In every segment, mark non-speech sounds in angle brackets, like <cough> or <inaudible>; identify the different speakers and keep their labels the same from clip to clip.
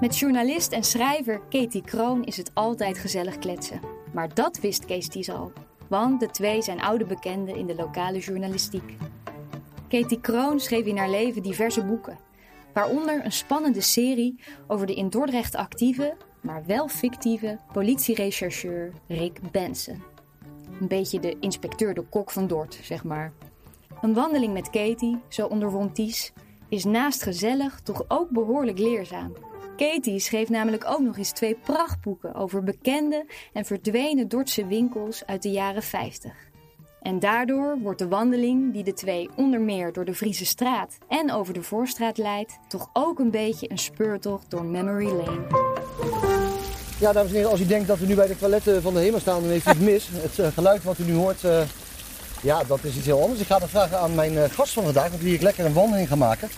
Speaker 1: Met journalist en schrijver Katie Kroon is het altijd gezellig kletsen. Maar dat wist Kees Ties al, want de twee zijn oude bekenden in de lokale journalistiek. Katie Kroon schreef in haar leven diverse boeken, waaronder een spannende serie over de in Dordrecht actieve, maar wel fictieve politierechercheur Rick Benson. Een beetje de inspecteur de kok van Dort, zeg maar. Een wandeling met Katie, zo onderwond Ties, is naast gezellig toch ook behoorlijk leerzaam. Katie schreef namelijk ook nog eens twee prachtboeken over bekende en verdwenen Dordtse winkels uit de jaren 50. En daardoor wordt de wandeling die de twee onder meer door de Friese straat en over de Voorstraat leidt, toch ook een beetje een speurtocht door Memory Lane.
Speaker 2: Ja, dames en heren, als u denkt dat we nu bij de toiletten van de HEMA staan, dan heeft u het mis. Het eh, geluid wat u nu hoort, eh, ja, dat is iets heel anders. Ik ga dat vragen aan mijn eh, gast van vandaag, met wie ik lekker een wandeling ga maken.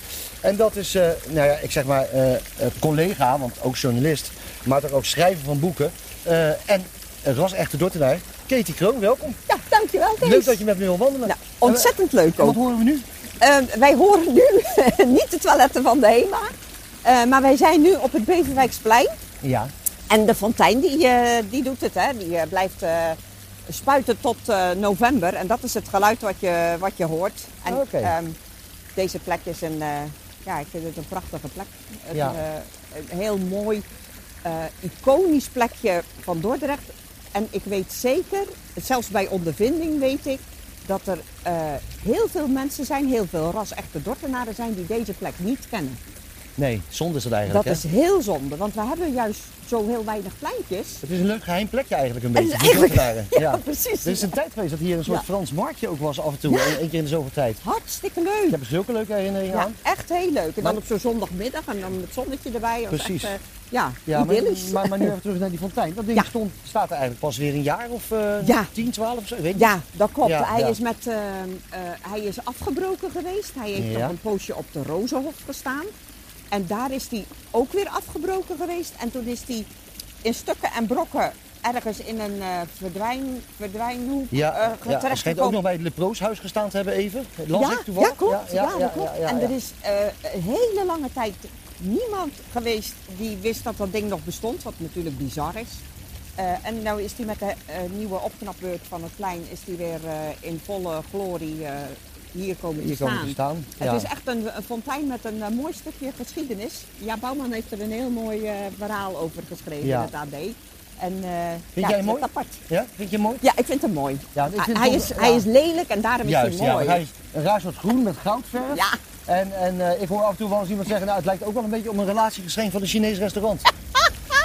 Speaker 2: En dat is, eh, nou ja, ik zeg maar eh, eh, collega, want ook journalist, maar toch ook schrijver van boeken. Eh, en het was echt de Dordtenaar. Katie Kroon, welkom.
Speaker 3: Ja, dankjewel Kees.
Speaker 2: Leuk dat je met me wil wandelen.
Speaker 3: Nou, ontzettend leuk
Speaker 2: En wat
Speaker 3: ook.
Speaker 2: horen we nu?
Speaker 3: Eh, wij horen nu <laughs> niet de toiletten van de HEMA. eh, maar wij zijn nu op het Beverwijksplein.
Speaker 2: Ja,
Speaker 3: En de fontein die, eh, die doet het. Hè. Die eh, blijft eh, spuiten tot eh, november. En dat is het geluid wat je, wat je hoort. En
Speaker 2: Ah, Oké.
Speaker 3: ehm, deze plek is een... eh, ja, ik vind het een prachtige plek. Het,
Speaker 2: Ja.
Speaker 3: eh, een heel mooi, eh, iconisch plekje van Dordrecht. En ik weet zeker, zelfs bij ondervinding weet ik... dat er eh, heel veel mensen zijn, heel veel ras-echte Dordtenaren zijn... die deze plek niet kennen.
Speaker 2: nee, zonde is het
Speaker 3: Dat
Speaker 2: eigenlijk.
Speaker 3: is
Speaker 2: hè?
Speaker 3: heel zonde, want we hebben juist zo heel weinig pleintjes...
Speaker 2: Het is een leuk geheim plekje eigenlijk een
Speaker 3: Het
Speaker 2: beetje.
Speaker 3: is
Speaker 2: die
Speaker 3: eigenlijk-
Speaker 2: Dordtenaren.
Speaker 3: <laughs> Ja, precies.
Speaker 2: Er is een tijd geweest dat hier een soort
Speaker 3: Ja.
Speaker 2: Frans marktje ook was af en toe. Eén keer in de zoveel tijd.
Speaker 3: Hartstikke
Speaker 2: Ik
Speaker 3: leuk.
Speaker 2: heb er zulke leuke herinneringen
Speaker 3: Ja,
Speaker 2: aan.
Speaker 3: echt heel leuk. En
Speaker 2: Maar-
Speaker 3: dan op zo'n zondagmiddag en dan met zonnetje erbij. Dat was
Speaker 2: Precies.
Speaker 3: Echt, eh, ja,
Speaker 2: Ja, maar,
Speaker 3: idyllisch.
Speaker 2: maar, maar nu even terug naar die fontein. Dat ding
Speaker 3: Ja.
Speaker 2: stond, staat er eigenlijk pas weer een jaar of eh
Speaker 3: Ja.
Speaker 2: 10, 12 of zo. Ik weet niet.
Speaker 3: Ja, dat klopt.
Speaker 2: Ja,
Speaker 3: hij,
Speaker 2: ja.
Speaker 3: Is met, eh, eh, hij is afgebroken geweest. Hij heeft
Speaker 2: Ja.
Speaker 3: nog een poosje op de Rozenhof gestaan. En daar is hij ook weer afgebroken geweest. En toen is hij in stukken en brokken ergens in een eh verdwijn, verdwijnhoek
Speaker 2: Ja,
Speaker 3: eh,
Speaker 2: ja, hij schijnt ook
Speaker 3: terechtgekomen.
Speaker 2: nog bij het Leprooshuis gestaan te hebben even. Dat Las
Speaker 3: ja,
Speaker 2: ik toevallig.
Speaker 3: Ja, klopt. Ja, dat klopt.
Speaker 2: ja,
Speaker 3: en
Speaker 2: ja.
Speaker 3: er is eh, een hele lange tijd niemand geweest die wist dat dat ding nog bestond, wat natuurlijk bizar is. Eh, en nu is die met de eh, nieuwe opknapbeurt van het plein is die weer eh, in volle glorie eh, hier komen te
Speaker 2: Hier
Speaker 3: staan.
Speaker 2: komen ze staan. Ja.
Speaker 3: Het is echt een, een fontein met een eh, mooi stukje geschiedenis. Ja, Bouwman heeft er een heel mooi eh, verhaal over geschreven
Speaker 2: Ja.
Speaker 3: in het AD. En, eh,
Speaker 2: jij
Speaker 3: ja,
Speaker 2: hem
Speaker 3: het
Speaker 2: mooi?
Speaker 3: is apart.
Speaker 2: ja, vind je hem mooi?
Speaker 3: Ja, ik vind hem mooi.
Speaker 2: Ja, ik vind
Speaker 3: hij,
Speaker 2: het
Speaker 3: hij
Speaker 2: wel-
Speaker 3: is,
Speaker 2: ja.
Speaker 3: hij is lelijk en daarom
Speaker 2: Juist,
Speaker 3: is hij
Speaker 2: ja.
Speaker 3: mooi.
Speaker 2: want Hij is een raar soort groen met goudverf.
Speaker 3: Ja.
Speaker 2: En, en eh, ik hoor af en toe wel eens iemand zeggen, nou het lijkt ook wel een beetje op een relatiegeschenk van een Chinees
Speaker 3: <laughs>
Speaker 2: restaurant.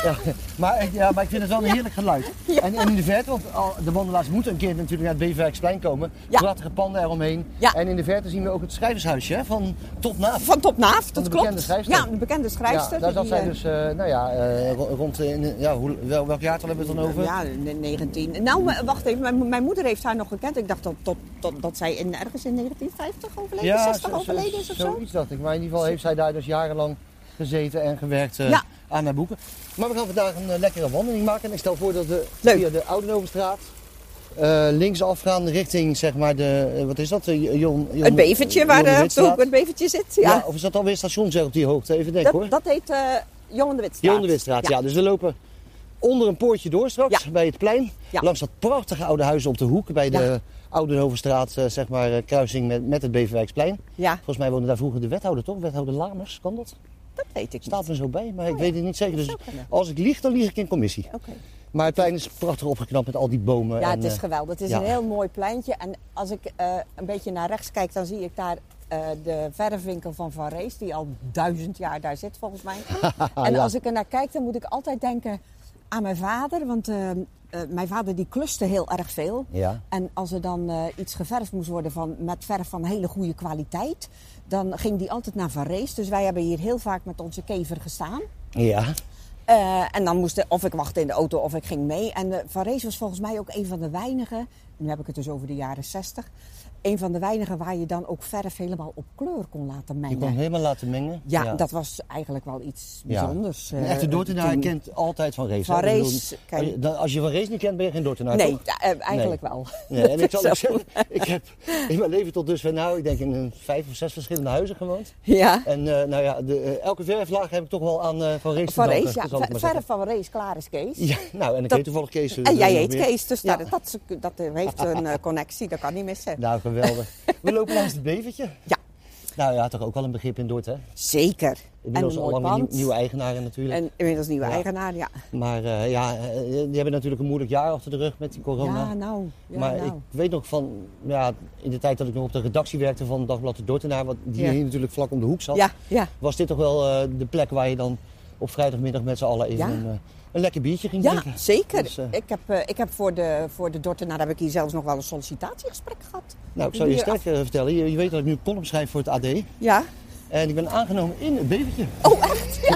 Speaker 2: Ja, maar, ik- ja, maar ik vind het wel een heerlijk
Speaker 3: <laughs>
Speaker 2: geluid. En, en in de verte, want al- de wandelaars moeten een keer natuurlijk naar het Beverwijksplein komen.
Speaker 3: Ja.
Speaker 2: Prachtige panden eromheen.
Speaker 3: Ja.
Speaker 2: En in de verte zien we ook het schrijvershuisje hè, van Top Naaf.
Speaker 3: Van top naaf,
Speaker 2: Van
Speaker 3: dat
Speaker 2: de
Speaker 3: klopt.
Speaker 2: bekende schrijfster.
Speaker 3: Ja, de bekende schrijfster.
Speaker 2: Ja, daar zat
Speaker 3: die,
Speaker 2: zij
Speaker 3: eh,
Speaker 2: dus, eh, nou ja, eh, ro- rond in, ja, hoe, wel, welk jaartal hebben we het dan over?
Speaker 3: Ja, in de 19. Nou, maar wacht even, mijn, mijn moeder heeft haar nog gekend. Ik dacht dat, dat, dat, dat zij in, ergens in 1950 overleden, 60
Speaker 2: zo- zo-
Speaker 3: overleden is of zo.
Speaker 2: Zoiets dacht ik. Maar in ieder geval heeft zij daar dus jarenlang gezeten en gewerkt eh,
Speaker 3: Ja.
Speaker 2: aan haar boeken. Maar we gaan vandaag een eh, lekkere wandeling maken. En ik stel voor dat we
Speaker 3: Leuk.
Speaker 2: via de Oudenhovenstraat eh links afgaan richting zeg maar de, eh, wat is dat? De Jon, Jon,
Speaker 3: Het bevertje waar
Speaker 2: Jon de
Speaker 3: eh, op de
Speaker 2: Witstraat?
Speaker 3: hoek <laughs> het bevertje zit.
Speaker 2: ja.
Speaker 3: Ja,
Speaker 2: Of is dat alweer station zeg op die hoogte? Even denken hoor.
Speaker 3: dat, dat heet eh Johan de Witstraat.
Speaker 2: Jon de Witstraat, ja. Dus we lopen onder een poortje door straks bij het plein.
Speaker 3: Ja.
Speaker 2: Langs dat prachtige oude huis op de hoek bij de Oudenhovenstraat, eh, zeg maar, eh, kruising met, met het Beverwijksplein.
Speaker 3: Ja,
Speaker 2: Volgens mij woonde daar vroeger de wethouder, toch? Wethouder Lamers, kan dat?
Speaker 3: dat weet ik niet.
Speaker 2: Staat er zo bij, maar ik weet het niet zeker. Dus
Speaker 3: Oh zou kunnen.
Speaker 2: als ik lieg, dan lieg ik in commissie.
Speaker 3: Oké.
Speaker 2: Maar het plein is prachtig opgeknapt met al die bomen.
Speaker 3: Ja,
Speaker 2: en,
Speaker 3: het is
Speaker 2: eh,
Speaker 3: geweldig. Het is
Speaker 2: ja.
Speaker 3: een heel mooi pleintje. En als ik eh, een beetje naar rechts kijk, dan zie ik daar eh, de verfwinkel van Van Rees, die al duizend jaar daar zit volgens
Speaker 2: <laughs>
Speaker 3: mij. en
Speaker 2: Ja.
Speaker 3: als ik er naar kijk, dan moet ik altijd denken aan mijn vader. Want eh, eh, mijn vader die kluste heel erg veel.
Speaker 2: Ja.
Speaker 3: En als er dan eh, iets geverfd moest worden van, met verf van hele goede kwaliteit, dan ging die altijd naar Van Rees. Dus wij hebben hier heel vaak met onze kever gestaan.
Speaker 2: Ja,
Speaker 3: Eh, en dan moest de- of ik wachtte in de auto of ik ging mee. En eh, Van Rees was volgens mij ook een van de weinigen nu heb ik het dus over de jaren 60. Een van de weinigen waar je dan ook verf helemaal op kleur kon laten
Speaker 2: Je
Speaker 3: mengen.
Speaker 2: kon het helemaal laten mengen.
Speaker 3: ja, dat was eigenlijk wel iets
Speaker 2: Ja.
Speaker 3: bijzonders.
Speaker 2: Een
Speaker 3: eh,
Speaker 2: echte Dortenaar
Speaker 3: toen.
Speaker 2: kent altijd van race.
Speaker 3: Van
Speaker 2: hè? Ik
Speaker 3: race, kijk.
Speaker 2: als je- dan- Als je van race niet kent, ben je geen Dortenaar,
Speaker 3: Nee,
Speaker 2: toch?
Speaker 3: da- eh, eigenlijk wel.
Speaker 2: Nee,
Speaker 3: <laughs>
Speaker 2: en ik zal ook
Speaker 3: Zo.
Speaker 2: zeggen, ik heb in mijn leven tot dusver, nou, ik denk in een vijf of zes verschillende huizen gewoond.
Speaker 3: Ja.
Speaker 2: En eh, nou ja, de, eh, elke verflaag heb ik toch wel aan eh, van race te
Speaker 3: Van
Speaker 2: danken,
Speaker 3: Rees, ja.
Speaker 2: zal ik maar
Speaker 3: Ver- Verf van Rees, klaar is Kees.
Speaker 2: zeggen. Ja, nou, en ik
Speaker 3: Dat-
Speaker 2: heet toevallig Kees. eh,
Speaker 3: En jij
Speaker 2: nog
Speaker 3: heet
Speaker 2: meer.
Speaker 3: Kees, dus
Speaker 2: Ja.
Speaker 3: dat, dat, is- dat heeft een eh, connectie, dat kan niet missen.
Speaker 2: Nou, geweldig. We lopen langs het bevertje.
Speaker 3: Ja,
Speaker 2: Nou ja, toch ook wel een begrip in Dordt, hè?
Speaker 3: zeker.
Speaker 2: Inmiddels
Speaker 3: en een
Speaker 2: al
Speaker 3: mooi
Speaker 2: lang nieuw,
Speaker 3: pand.
Speaker 2: nieuwe eigenaren natuurlijk.
Speaker 3: En inmiddels nieuwe
Speaker 2: Ja.
Speaker 3: eigenaar, ja.
Speaker 2: Maar eh, ja, eh, die hebben natuurlijk een moeilijk jaar achter de rug met die corona.
Speaker 3: Ja, nou. Ja,
Speaker 2: maar
Speaker 3: nou.
Speaker 2: ik weet nog van, ja, in de tijd dat ik nog op de redactie werkte van Dagblad de Dortenaar, wat die
Speaker 3: Ja.
Speaker 2: hier natuurlijk vlak om de hoek zat,
Speaker 3: Ja, ja.
Speaker 2: was dit toch wel eh, de plek waar je dan op vrijdagmiddag met z'n allen even
Speaker 3: Ja.
Speaker 2: een, eh, een lekker biertje ging
Speaker 3: Ja,
Speaker 2: drinken.
Speaker 3: zeker.
Speaker 2: Dus, eh,
Speaker 3: ik heb, eh, ik heb voor, de, voor de Dortenaar heb ik hier zelfs nog wel een sollicitatiegesprek gehad.
Speaker 2: nou, ik zou je
Speaker 3: Hier
Speaker 2: sterk
Speaker 3: af-
Speaker 2: eh, vertellen, je, je weet dat ik nu een column schrijf voor het AD.
Speaker 3: Ja.
Speaker 2: En ik ben aangenomen in het babytje.
Speaker 3: Oh, echt? Ja,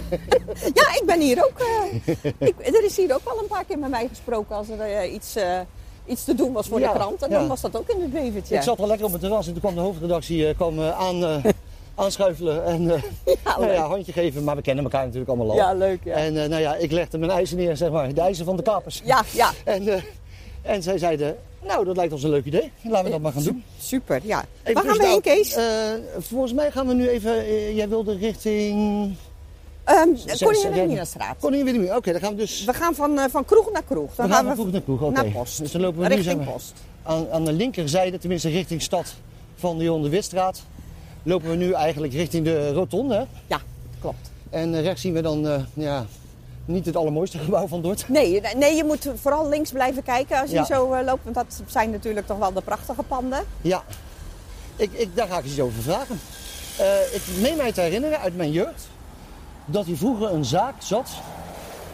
Speaker 3: ja ik ben hier ook. eh, ik, er is hier ook wel een paar keer met mij gesproken als er eh, iets, eh, iets te doen was voor
Speaker 2: Ja,
Speaker 3: de krant. En
Speaker 2: ja.
Speaker 3: dan was dat ook in het bevertje.
Speaker 2: Ik zat al lekker op het terras en toen kwam de hoofdredactie eh, kwam, eh, aan, eh, <laughs> aanschuifelen en eh, <laughs> nou
Speaker 3: leuk.
Speaker 2: ja, handje geven. Maar we kennen elkaar natuurlijk allemaal al.
Speaker 3: Ja, leuk, ja.
Speaker 2: En eh, nou ja, ik legde mijn eisen neer, zeg maar, de eisen van de kapers.
Speaker 3: Ja, ja.
Speaker 2: En, eh, en zij zeiden, nou dat lijkt ons een leuk idee, laten we dat maar gaan doen.
Speaker 3: Super, ja.
Speaker 2: Even
Speaker 3: Waar gaan we
Speaker 2: snel,
Speaker 3: heen, Kees?
Speaker 2: eh, volgens mij gaan we nu even, eh, jij wilde richting...
Speaker 3: Um,
Speaker 2: Zes-
Speaker 3: Koningin-Wilhelminastraat.
Speaker 2: Koningin Wilhelmina, oké, dan gaan we dus...
Speaker 3: We gaan van, eh, van kroeg naar kroeg. Dan
Speaker 2: we gaan van kroeg naar kroeg, oké.
Speaker 3: naar post.
Speaker 2: Dus dan lopen we nu,
Speaker 3: richting
Speaker 2: zeg maar,
Speaker 3: post.
Speaker 2: Aan, aan de linkerzijde, tenminste richting stad van de Jon de Witstraat, lopen we nu eigenlijk richting de rotonde. hè?
Speaker 3: Ja, klopt.
Speaker 2: En eh, rechts zien we dan eh, ja, niet het allermooiste gebouw van Dordt.
Speaker 3: Nee, je- nee, je moet vooral links blijven kijken als je
Speaker 2: Ja.
Speaker 3: zo eh, loopt. Want dat zijn natuurlijk toch wel de prachtige panden.
Speaker 2: Ja, ik, ik, daar ga ik eens iets over vragen. Eh, ik meen mij te herinneren uit mijn jeugd dat hier vroeger een zaak zat.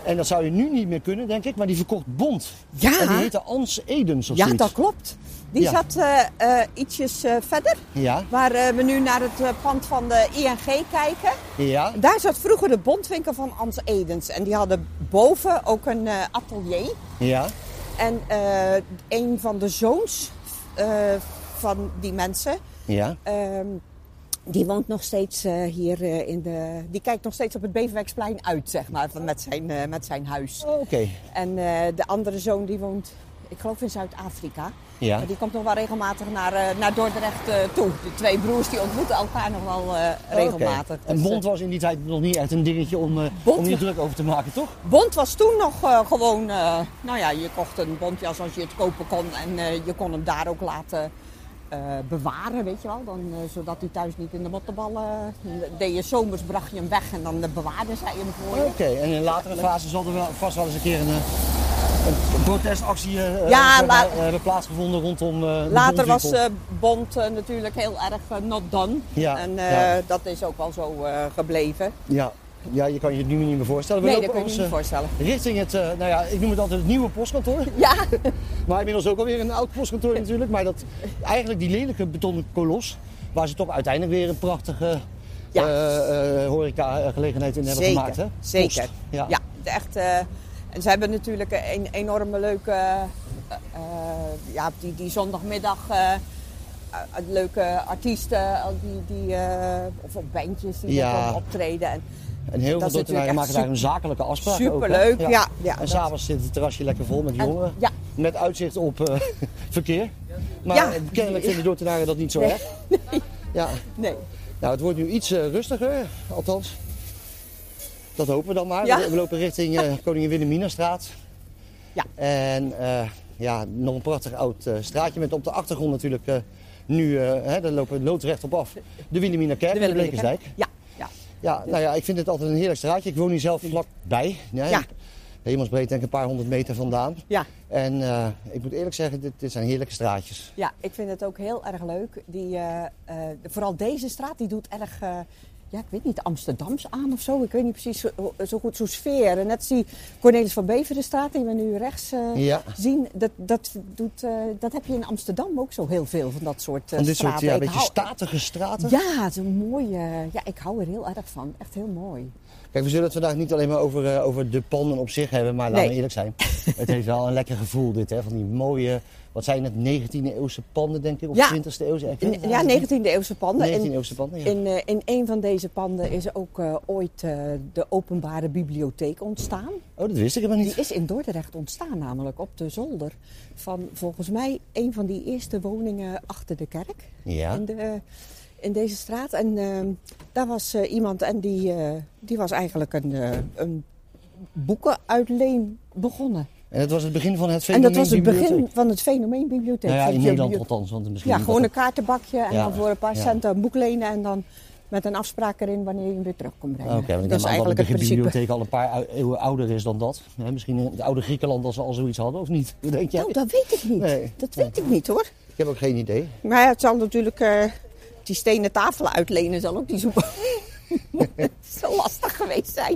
Speaker 2: En dat zou je nu niet meer kunnen, denk ik, maar die verkocht bond.
Speaker 3: Ja.
Speaker 2: En die heette Ans Edens of
Speaker 3: Ja,
Speaker 2: zoiets.
Speaker 3: dat klopt. Die
Speaker 2: Ja.
Speaker 3: zat eh, eh, ietsjes eh, verder.
Speaker 2: Ja,
Speaker 3: Waar eh, we nu naar het eh, pand van de ING kijken.
Speaker 2: ja,
Speaker 3: Daar zat vroeger de bondwinkel van Ans Edens. En die hadden boven ook een eh, atelier.
Speaker 2: ja.
Speaker 3: En eh, een van de zoons eh, van die mensen,
Speaker 2: Ja,
Speaker 3: ehm, die woont nog steeds eh, hier eh, in de. Die kijkt nog steeds op het Beverwijksplein uit, zeg maar, van- met zijn, eh, met zijn huis.
Speaker 2: oké.
Speaker 3: En eh, de andere zoon die woont, ik geloof in Zuid-Afrika.
Speaker 2: Ja.
Speaker 3: Maar die komt nog wel regelmatig naar, eh, naar Dordrecht eh, toe. De twee broers die ontmoeten elkaar nog wel eh, regelmatig.
Speaker 2: Oh, Oké. En
Speaker 3: Dus, eh,
Speaker 2: bond was in die tijd nog niet echt een dingetje om, eh,
Speaker 3: Bond-
Speaker 2: om je druk over te maken, toch?
Speaker 3: Bont was toen nog eh, gewoon, eh, nou ja, je kocht een bontjas als je het kopen kon. En eh, je kon hem daar ook laten eh, bewaren, weet je wel. Dan, eh, zodat hij thuis niet in de mottenballen... eh, deed je zomers, bracht je hem weg en dan eh, bewaarde zij hem voor
Speaker 2: Oké,
Speaker 3: je.
Speaker 2: en in latere fases zal er wel, vast wel eens een keer een, eh, een protestactie eh,
Speaker 3: Ja,
Speaker 2: zeg maar,
Speaker 3: la-
Speaker 2: eh, hebben plaatsgevonden rondom eh, de
Speaker 3: Later was
Speaker 2: Bondwinkel.
Speaker 3: eh Bont eh, natuurlijk heel erg eh, not done.
Speaker 2: Ja,
Speaker 3: en eh,
Speaker 2: ja.
Speaker 3: dat is ook wel zo eh, gebleven.
Speaker 2: Ja. ja, je kan je het nu niet meer voorstellen. We
Speaker 3: nee, dat
Speaker 2: lopen
Speaker 3: kun je je niet
Speaker 2: ons, eh,
Speaker 3: voorstellen.
Speaker 2: Richting het, eh, nou ja, ik noem het altijd het nieuwe postkantoor. <laughs>
Speaker 3: Ja,
Speaker 2: Maar inmiddels ook alweer een oud
Speaker 3: <laughs>
Speaker 2: postkantoor natuurlijk. Maar dat, eigenlijk die lelijke betonnen kolos, waar ze toch uiteindelijk weer een prachtige
Speaker 3: Ja.
Speaker 2: eh, eh, horeca-gelegenheid in hebben
Speaker 3: zeker.
Speaker 2: gemaakt. Hè?
Speaker 3: Zeker.
Speaker 2: Post,
Speaker 3: Ja.
Speaker 2: Ja.
Speaker 3: de echt. eh, en ze hebben natuurlijk een enorme leuke. eh, eh, ja, die, die zondagmiddag. eh, eh, leuke artiesten. al Die, die, eh, of op bandjes die
Speaker 2: Ja.
Speaker 3: daar komen optreden. En,
Speaker 2: En heel
Speaker 3: Dat is
Speaker 2: veel dortenaren
Speaker 3: natuurlijk
Speaker 2: maken
Speaker 3: echt
Speaker 2: daar een zakelijke afspraak over.
Speaker 3: superleuk, ja. Ja,
Speaker 2: en
Speaker 3: dat-
Speaker 2: s'avonds zit het terrasje lekker vol met
Speaker 3: En-
Speaker 2: jongeren.
Speaker 3: ja.
Speaker 2: Met uitzicht op eh, <laughs> verkeer. Maar
Speaker 3: Ja.
Speaker 2: kennelijk vinden dortenaren dat niet zo
Speaker 3: Nee.
Speaker 2: erg. Ja.
Speaker 3: nee.
Speaker 2: Nou, het wordt nu iets eh, rustiger, althans. Dat hopen we dan maar.
Speaker 3: Ja.
Speaker 2: We, we lopen richting
Speaker 3: <laughs>
Speaker 2: eh Koningin Wilhelminastraat.
Speaker 3: Ja.
Speaker 2: En eh, ja, nog een prachtig oud eh, straatje met op de achtergrond natuurlijk eh, nu, eh, hè, daar lopen we loodrecht op af, de Wilhelmina Kerk in de Blekersdijk.
Speaker 3: Ja, ja.
Speaker 2: Ja, nou ja, ik vind het altijd een heerlijk straatje. Ik woon hier zelf vlakbij. Ja.
Speaker 3: Ja.
Speaker 2: Hemelsbreed denk ik een paar honderd meter vandaan.
Speaker 3: ja.
Speaker 2: En eh, ik moet eerlijk zeggen, dit, dit zijn heerlijke straatjes.
Speaker 3: Ja, ik vind het ook heel erg leuk. Die, eh, eh, vooral deze straat, die doet erg, eh, ja, ik weet niet, Amsterdams aan of zo. Ik weet niet precies zo, eh, zo goed zo'n sfeer. En net zie Cornelis van Beverenstraat, die we nu rechts eh,
Speaker 2: Ja.
Speaker 3: zien. Dat, dat, doet, eh, dat heb je in Amsterdam ook zo heel veel van dat soort eh,
Speaker 2: Van dit soort
Speaker 3: straten.
Speaker 2: ja,
Speaker 3: Ik
Speaker 2: beetje
Speaker 3: hou-
Speaker 2: statige straten.
Speaker 3: Ja, zo'n mooie. Ja, ik hou er heel erg van. Echt heel mooi.
Speaker 2: Kijk, we zullen het vandaag niet alleen maar over, eh, over de panden op zich hebben, maar laten
Speaker 3: Nee.
Speaker 2: we
Speaker 3: <laughs>
Speaker 2: eerlijk zijn. het heeft wel een lekker gevoel dit, hè? van die mooie wat zijn het, 19e eeuwse panden denk ik? Of
Speaker 3: Ja.
Speaker 2: 20e eeuwse? Ik weet het
Speaker 3: Ja,
Speaker 2: eigenlijk niet.
Speaker 3: 19e eeuwse panden. En
Speaker 2: 19e eeuwse panden, ja.
Speaker 3: In, eh, in een van deze panden is ook eh, ooit eh, de openbare bibliotheek ontstaan.
Speaker 2: Oh, dat wist ik helemaal
Speaker 3: Die
Speaker 2: niet.
Speaker 3: is in Dordrecht ontstaan, namelijk op de zolder van volgens mij een van die eerste woningen achter de kerk
Speaker 2: Ja,
Speaker 3: in, de, in deze straat. En eh, daar was eh, iemand en die, eh, die was eigenlijk een, eh, een boekenuitleen begonnen.
Speaker 2: en dat was het begin van het
Speaker 3: en
Speaker 2: fenomeen
Speaker 3: dat was het begin
Speaker 2: bibliotheek.
Speaker 3: van het fenomeen bibliotheek.
Speaker 2: Nou ja,
Speaker 3: Want
Speaker 2: in
Speaker 3: je-
Speaker 2: Nederland
Speaker 3: je-
Speaker 2: althans. Want misschien
Speaker 3: ja,
Speaker 2: dat
Speaker 3: gewoon
Speaker 2: het-
Speaker 3: een kaartenbakje en
Speaker 2: Ja,
Speaker 3: dan voor een paar
Speaker 2: ja.
Speaker 3: centen een boek lenen en dan met een afspraak erin wanneer je hem weer terug komt brengen.
Speaker 2: Oké, want ik
Speaker 3: dat
Speaker 2: denk
Speaker 3: is
Speaker 2: maar dat
Speaker 3: eigenlijk
Speaker 2: <laughs>
Speaker 3: het
Speaker 2: de
Speaker 3: principe.
Speaker 2: bibliotheek al een paar ou- eeuwen ouder is dan dat. Hè, misschien in het oude Griekenland als ze al zoiets hadden, of niet? <laughs> Hoe denk jij?
Speaker 3: Nou, dat weet ik niet.
Speaker 2: Nee.
Speaker 3: Dat weet ik niet hoor.
Speaker 2: Ik heb ook geen idee.
Speaker 3: Maar Nou ja, het zal natuurlijk eh, die stenen tafelen uitlenen, zal ook niet zo, <laughs> zo lastig geweest zijn.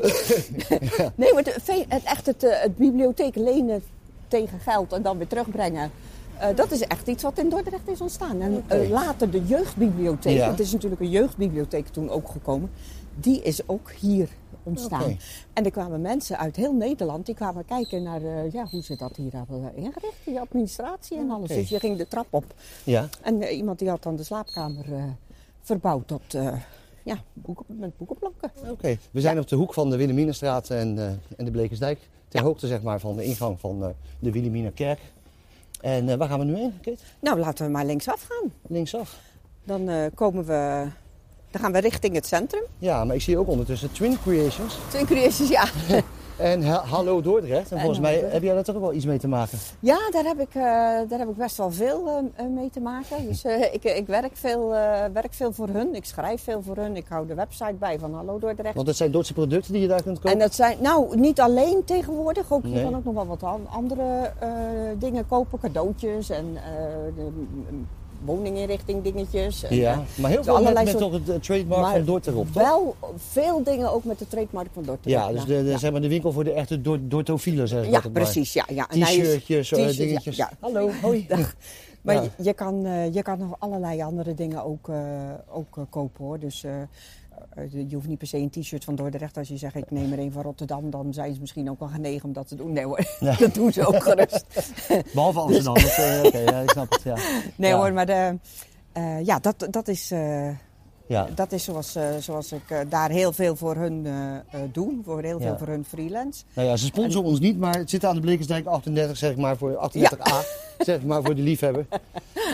Speaker 3: nee, maar het, fe- het, echt het, eh, het bibliotheek lenen tegen geld en dan weer terugbrengen. eh, dat is echt iets wat in Dordrecht is ontstaan. En eh,
Speaker 2: Oké.
Speaker 3: later de jeugdbibliotheek,
Speaker 2: Ja.
Speaker 3: want er is natuurlijk een jeugdbibliotheek toen ook gekomen, die is ook hier ontstaan.
Speaker 2: Oké.
Speaker 3: En er kwamen mensen uit heel Nederland, die kwamen kijken naar eh, ja, hoe ze dat hier hebben eh, ingericht, die administratie en alles.
Speaker 2: Oké.
Speaker 3: Dus je ging de trap op
Speaker 2: Ja,
Speaker 3: en eh, iemand die had dan de slaapkamer eh, verbouwd tot eh, ja, boeken, met boekenplanken.
Speaker 2: oké. We zijn op de hoek van de Wilhelminastraat en, eh, en de Blekensdijk. Ter hoogte zeg maar, van de ingang van eh, de Wilhelminakerk. En eh, waar gaan we nu heen, Kate?
Speaker 3: Nou, laten we maar linksaf gaan.
Speaker 2: Linksaf.
Speaker 3: Dan eh, komen we, dan gaan we richting het centrum.
Speaker 2: Ja, maar ik zie ook ondertussen Twin Creations
Speaker 3: Twin Creations, ja.
Speaker 2: en Ha- Hallo Dordrecht. En
Speaker 3: En eh,
Speaker 2: volgens mij
Speaker 3: Hallo Dordrecht.
Speaker 2: heb jij daar toch ook wel iets mee te maken.
Speaker 3: Ja, daar heb ik, eh, daar heb ik best wel veel eh, eh, mee te maken. Dus eh, ik, ik werk, veel, eh, werk veel voor hun, ik schrijf veel voor hun, ik hou de website bij van Hallo Dordrecht.
Speaker 2: Want het zijn Duitse producten die je daar kunt kopen.
Speaker 3: En dat zijn, nou, niet alleen tegenwoordig. Ook,
Speaker 2: Nee.
Speaker 3: Je kan ook nog wel wat an- andere eh, dingen kopen. Cadeautjes en eh, de, mm, woninginrichting dingetjes. En, eh,
Speaker 2: Ja, maar heel
Speaker 3: dus
Speaker 2: veel met,
Speaker 3: allerlei
Speaker 2: met
Speaker 3: soort-
Speaker 2: toch het eh, trademark
Speaker 3: maar
Speaker 2: van Dordrecht erop, toch?
Speaker 3: Wel veel dingen ook met de trademark van Dordrecht.
Speaker 2: Ja, dus de, de- zeg maar de winkel voor de echte dor- dortofielen, zeg
Speaker 3: Ja,
Speaker 2: ik
Speaker 3: ja,
Speaker 2: altijd maar.
Speaker 3: precies. Ja, ja. En hij is-
Speaker 2: T-shirtjes, eh,
Speaker 3: t-shirt, ja,
Speaker 2: dingetjes.
Speaker 3: <laughs> ja.
Speaker 2: Hallo, hoi.
Speaker 3: Dag. Maar
Speaker 2: Ja.
Speaker 3: je, je kan, eh, je kan nog allerlei andere dingen ook, eh, ook eh, kopen hoor. Dus eh, eh, je hoeft niet per se een t-shirt van Dordrecht. Als je zegt ik neem er een van Rotterdam, dan zijn ze misschien ook al genegen om dat te doen. Nee hoor, <laughs> dat doen ze ook gerust.
Speaker 2: Behalve Amsterdam. dat, eh, Oké, ja, ik snap het. Ja,
Speaker 3: Dus- <laughs> Nee
Speaker 2: Ja.
Speaker 3: hoor, maar de, eh, ja, dat, dat is, eh,
Speaker 2: Ja.
Speaker 3: dat is zoals, eh, zoals ik eh, daar heel veel voor hun eh, eh, doe. Voor heel
Speaker 2: Ja.
Speaker 3: veel voor hun freelance.
Speaker 2: Nou ja, ze sponsoren ons niet, maar het zit aan de Blikensdijk 38, zeg ik maar, voor 38a, zeg ik maar, voor de
Speaker 3: <laughs>
Speaker 2: liefhebber.